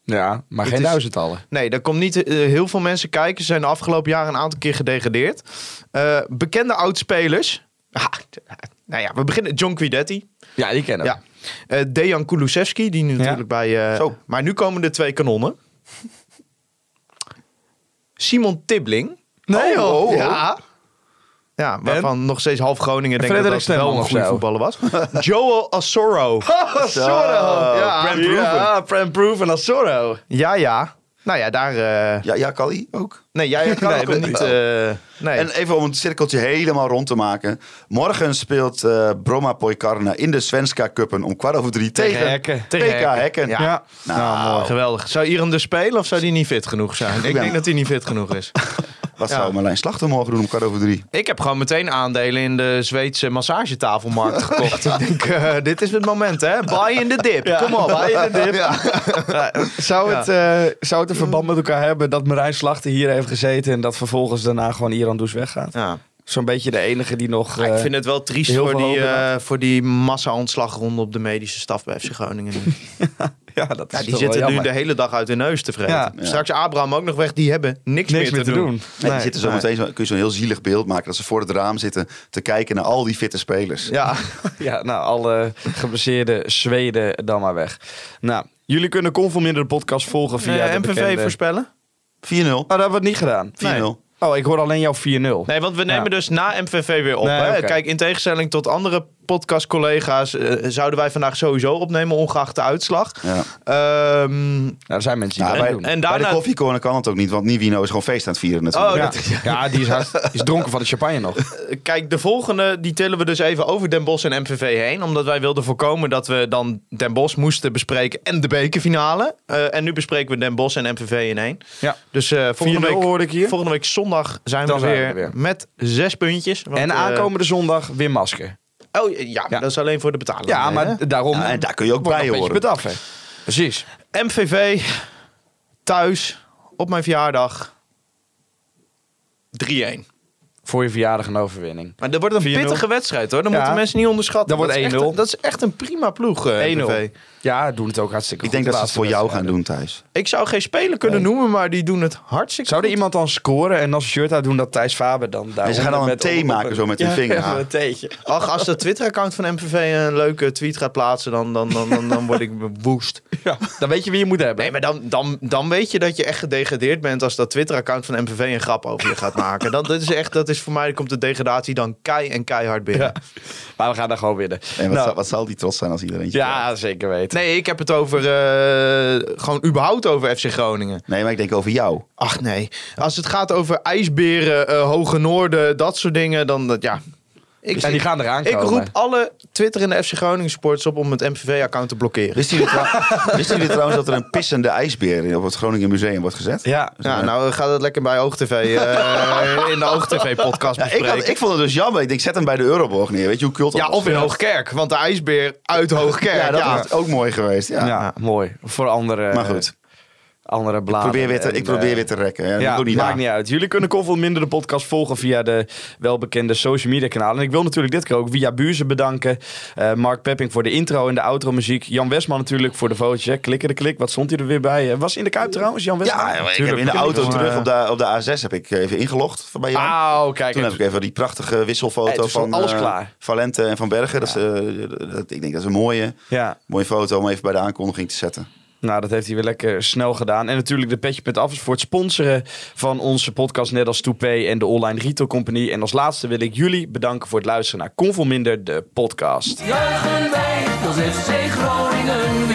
[SPEAKER 3] Ja, maar
[SPEAKER 5] Het
[SPEAKER 3] geen
[SPEAKER 5] is-
[SPEAKER 3] duizendtallen.
[SPEAKER 5] Nee, daar komt niet eh, heel veel mensen kijken. Ze zijn de afgelopen jaren een aantal keer gedegradeerd. Eh, bekende oudspelers. Ah, d- nou ja, we beginnen. John Guidetti.
[SPEAKER 3] Ja, die kennen we.
[SPEAKER 5] Ja. Eh, Dejan Kulusevski, die nu natuurlijk bij... eh,
[SPEAKER 4] Zo.
[SPEAKER 5] Maar nu komen de twee kanonnen. Simon Tibbling.
[SPEAKER 3] Nee, joh.
[SPEAKER 5] Ja. Ja, waarvan nog steeds half Groningen denkt dat
[SPEAKER 3] Frederik
[SPEAKER 5] dat wel
[SPEAKER 3] Stemman
[SPEAKER 5] een
[SPEAKER 3] of
[SPEAKER 5] goede
[SPEAKER 3] zo.
[SPEAKER 5] voetballer was. Joel Asoro.
[SPEAKER 3] Zorro.
[SPEAKER 5] Ja,
[SPEAKER 3] Prem Proeven. Ja, Prem Proeven als Zorro.
[SPEAKER 5] Ja, ja. Nou ja, daar... eh,
[SPEAKER 4] Ja, ja Kali ook.
[SPEAKER 5] Nee, jij kan
[SPEAKER 3] Nee,
[SPEAKER 5] ook
[SPEAKER 3] dat
[SPEAKER 5] niet.
[SPEAKER 3] niet.
[SPEAKER 5] eh, nee.
[SPEAKER 4] En even om het cirkeltje helemaal rond te maken. Morgen speelt eh Bromma Poikarna in de Svenska Cuppen om kwart over drie tegen,
[SPEAKER 3] Hekken.
[SPEAKER 4] TK
[SPEAKER 5] Tegen
[SPEAKER 4] Hekken.
[SPEAKER 5] Hekken.
[SPEAKER 3] Ja.
[SPEAKER 5] Ja.
[SPEAKER 4] Nou,
[SPEAKER 5] Geweldig. Zou Iram dus spelen of zou die niet fit genoeg zijn? Ik
[SPEAKER 4] ben-
[SPEAKER 5] denk dat hij niet fit genoeg is.
[SPEAKER 4] Wat
[SPEAKER 5] Ja.
[SPEAKER 4] zou Marlijn Slachter morgen doen om kwart over drie?
[SPEAKER 5] Ik heb gewoon meteen aandelen in de Zweedse massagetafelmarkt gekocht. Ik denk, eh, dit is het moment, hè? Buy in the dip. Kom op, buy in the dip.
[SPEAKER 3] Zou, het, eh, zou het een verband met elkaar hebben dat Marijn Slachter hier heeft gezeten en dat vervolgens daarna gewoon Iran Does weggaat?
[SPEAKER 5] Ja.
[SPEAKER 3] Zo'n beetje de enige die nog...
[SPEAKER 5] Maar ik
[SPEAKER 3] eh,
[SPEAKER 5] vind het wel triest
[SPEAKER 3] heel
[SPEAKER 5] voor
[SPEAKER 3] veel
[SPEAKER 5] die,
[SPEAKER 3] hoop
[SPEAKER 5] eh, voor die massa-ontslagronde op de medische staf bij FC Groningen. nu.
[SPEAKER 3] ja, dat is
[SPEAKER 5] Ja, die
[SPEAKER 3] toch wel
[SPEAKER 5] zitten nu
[SPEAKER 3] jammer.
[SPEAKER 5] de hele dag uit hun neus te vreten.
[SPEAKER 3] Ja.
[SPEAKER 4] Ja.
[SPEAKER 5] Straks Abraham ook nog weg. Die hebben niks,
[SPEAKER 3] niks meer te doen.
[SPEAKER 4] Nee, die zitten zo
[SPEAKER 5] nee.
[SPEAKER 4] meteen, zo- kun je zo'n heel zielig beeld maken dat ze voor het raam zitten te kijken naar al die fitte spelers.
[SPEAKER 5] Ja.
[SPEAKER 3] Ja, nou, alle geblesseerde Zweden dan maar weg. Nou, jullie kunnen Conforminder de podcast volgen via
[SPEAKER 5] Eh,
[SPEAKER 3] de
[SPEAKER 5] MVV
[SPEAKER 3] bekende...
[SPEAKER 5] voorspellen?
[SPEAKER 4] 4-0. 4-0.
[SPEAKER 3] Oh, dat hebben we niet gedaan. Oh, ik hoor alleen jouw 4-0.
[SPEAKER 5] Nee, want we nemen
[SPEAKER 3] Ja.
[SPEAKER 5] dus na MVV weer op.
[SPEAKER 3] Nee,
[SPEAKER 5] hè?
[SPEAKER 3] oké.
[SPEAKER 5] Kijk, in tegenstelling tot andere podcastcollega's eh, zouden wij vandaag sowieso opnemen, ongeacht de uitslag.
[SPEAKER 4] Ja.
[SPEAKER 5] Ehm,
[SPEAKER 3] Nou, er zijn mensen die
[SPEAKER 4] Nou,
[SPEAKER 3] dat
[SPEAKER 4] wij-
[SPEAKER 3] doen.
[SPEAKER 5] en
[SPEAKER 4] Bij de
[SPEAKER 5] daarna.
[SPEAKER 4] koffiecorner kan het ook niet, want Nivino is gewoon feest aan het vieren natuurlijk.
[SPEAKER 5] Oh,
[SPEAKER 3] ja.
[SPEAKER 5] dat-
[SPEAKER 3] ja, die is, haast- die is dronken van de champagne nog.
[SPEAKER 5] Kijk, de volgende die tillen we dus even over Den Bosch en MVV heen. Omdat wij wilden voorkomen dat we dan Den Bosch moesten bespreken en de bekerfinale. Eh, en nu bespreken we Den Bosch en MVV in één.
[SPEAKER 3] Ja.
[SPEAKER 5] Dus eh, volgende,
[SPEAKER 3] 4-0
[SPEAKER 5] week,
[SPEAKER 3] hoorde ik hier.
[SPEAKER 5] volgende week zondag zijn,
[SPEAKER 3] Dan
[SPEAKER 5] we,
[SPEAKER 3] zijn we
[SPEAKER 5] weer
[SPEAKER 3] er weer.
[SPEAKER 5] met zes puntjes. want,
[SPEAKER 3] en
[SPEAKER 5] eh,
[SPEAKER 3] aankomende zondag weer masker.
[SPEAKER 5] oh ja,
[SPEAKER 3] Ja.
[SPEAKER 5] dat is alleen voor de betaling.
[SPEAKER 3] Ja,
[SPEAKER 5] hè?
[SPEAKER 3] maar daarom
[SPEAKER 4] Ja, en daar kun je ook
[SPEAKER 3] wordt
[SPEAKER 4] bij
[SPEAKER 3] nog een
[SPEAKER 4] horen.
[SPEAKER 3] beetje bedaffen. Precies.
[SPEAKER 5] MVV thuis op mijn verjaardag 3-1.
[SPEAKER 3] voor je verjaardag een overwinning.
[SPEAKER 5] Maar dat wordt een
[SPEAKER 3] 4-0.
[SPEAKER 5] pittige wedstrijd hoor. Dat
[SPEAKER 3] Ja.
[SPEAKER 5] moeten mensen niet onderschatten.
[SPEAKER 3] Dat wordt
[SPEAKER 5] is echt
[SPEAKER 3] 1-0.
[SPEAKER 5] een- Dat is echt een prima ploeg. eh,
[SPEAKER 3] 1-0.
[SPEAKER 5] PV.
[SPEAKER 3] Ja, doen het ook hartstikke
[SPEAKER 4] Ik
[SPEAKER 3] goed
[SPEAKER 4] denk
[SPEAKER 3] de
[SPEAKER 4] dat ze
[SPEAKER 3] laatste
[SPEAKER 4] het voor jou gaan
[SPEAKER 3] wedstrijden.
[SPEAKER 4] doen, Thijs.
[SPEAKER 5] Ik zou geen speler kunnen noemen, maar die doen het hartstikke
[SPEAKER 3] Zou er
[SPEAKER 5] goed.
[SPEAKER 3] iemand dan scoren en als een shirt uit doen dat Thijs Faber dan daar...
[SPEAKER 4] En ze gaan dan een
[SPEAKER 3] met
[SPEAKER 4] thee
[SPEAKER 3] op- op-
[SPEAKER 4] maken zo met hun vinger.
[SPEAKER 3] Ja, een theetje.
[SPEAKER 5] Ach, als de Twitter-account van MVV een leuke tweet gaat plaatsen, dan, dan, dan, dan, dan word ik woest.
[SPEAKER 3] Ja, dan weet je wie je moet hebben.
[SPEAKER 5] Nee, maar dan, dan, dan weet je dat je echt gedegradeerd bent als dat Twitter-account van MVV een grap over je gaat maken. Dat, dat is echt, dat is voor mij, komt de degradatie dan kei en keihard binnen.
[SPEAKER 3] Maar we gaan daar gewoon winnen.
[SPEAKER 4] En wat,
[SPEAKER 3] Nou,
[SPEAKER 4] zal, wat zal die trots zijn als iedereen.
[SPEAKER 3] ja, zeker weten.
[SPEAKER 5] Nee, ik heb het over, eh, gewoon überhaupt over FC Groningen.
[SPEAKER 4] Nee, maar ik denk over jou.
[SPEAKER 5] Ach nee, als het gaat over ijsberen, eh, Hoge Noorden, dat soort dingen, dan dat, ja. Ik,
[SPEAKER 3] en die gaan eraan
[SPEAKER 5] ik
[SPEAKER 3] komen.
[SPEAKER 5] roep alle Twitterende FC Groningen supporters op om het MVV-account te blokkeren.
[SPEAKER 4] Wisten jullie, trou- wisten jullie trouwens dat er een pissende ijsbeer in- op het Groningen Museum wordt gezet?
[SPEAKER 3] Ja,
[SPEAKER 5] Ja, nou gaat het lekker bij OogTV, eh in de OogTV-podcast
[SPEAKER 4] Ja, ik,
[SPEAKER 5] bespreken.
[SPEAKER 4] had- ik vond het dus jammer. Ik denk, zet hem bij de Euroborg neer. Weet je hoe kult dat
[SPEAKER 5] ja,
[SPEAKER 4] was?
[SPEAKER 5] of in Hoogkerk, want de ijsbeer uit Hoogkerk.
[SPEAKER 4] Ja,
[SPEAKER 5] Ja,
[SPEAKER 4] dat was ook mooi geweest. Ja.
[SPEAKER 3] ja, mooi. Voor andere, eh,
[SPEAKER 4] Maar goed, ik
[SPEAKER 3] andere bladen.
[SPEAKER 4] probeer weer te,
[SPEAKER 3] en,
[SPEAKER 4] ik probeer
[SPEAKER 3] eh,
[SPEAKER 4] weer te rekken. Ja,
[SPEAKER 3] Ja,
[SPEAKER 4] dat doe ik
[SPEAKER 3] maakt
[SPEAKER 4] niet
[SPEAKER 3] niet uit. Jullie kunnen Koffel Minder de podcast volgen via de welbekende social media kanalen. En ik wil natuurlijk dit keer ook via Buurzen bedanken. Eh, Mark Pepping voor de intro en de outro muziek. Jan Westman natuurlijk voor de vootje. Klikken de klik. Wat stond hij er weer bij? Eh, Was in de Kuip trouwens, Jan
[SPEAKER 4] na.
[SPEAKER 3] Westman?
[SPEAKER 4] Ja, maar ik heb
[SPEAKER 3] Tuurlijk,
[SPEAKER 4] in de
[SPEAKER 3] natuurlijk.
[SPEAKER 4] auto
[SPEAKER 3] Maar,
[SPEAKER 4] terug op de, op de A6 heb ik eh, even ingelogd van bij Jan.
[SPEAKER 3] Auw, kijk.
[SPEAKER 4] Toen heb ik even die prachtige
[SPEAKER 3] Hey,
[SPEAKER 4] wisselfoto
[SPEAKER 3] toen stond
[SPEAKER 4] van
[SPEAKER 3] alles
[SPEAKER 4] eh,
[SPEAKER 3] klaar.
[SPEAKER 4] Valente en Van Bergen. Dat is, eh, dat, ik denk dat is een mooie,
[SPEAKER 3] Ja,
[SPEAKER 4] mooie foto om even bij de aankondiging te zetten.
[SPEAKER 3] nou dat heeft hij weer lekker snel gedaan. En natuurlijk de petje.af is voor het sponsoren van onze podcast. Net als Toupé en de Online Retail Company. En als laatste wil ik jullie bedanken voor het luisteren naar Koffel Minder de podcast.
[SPEAKER 1] Juichen wij als FC Groningen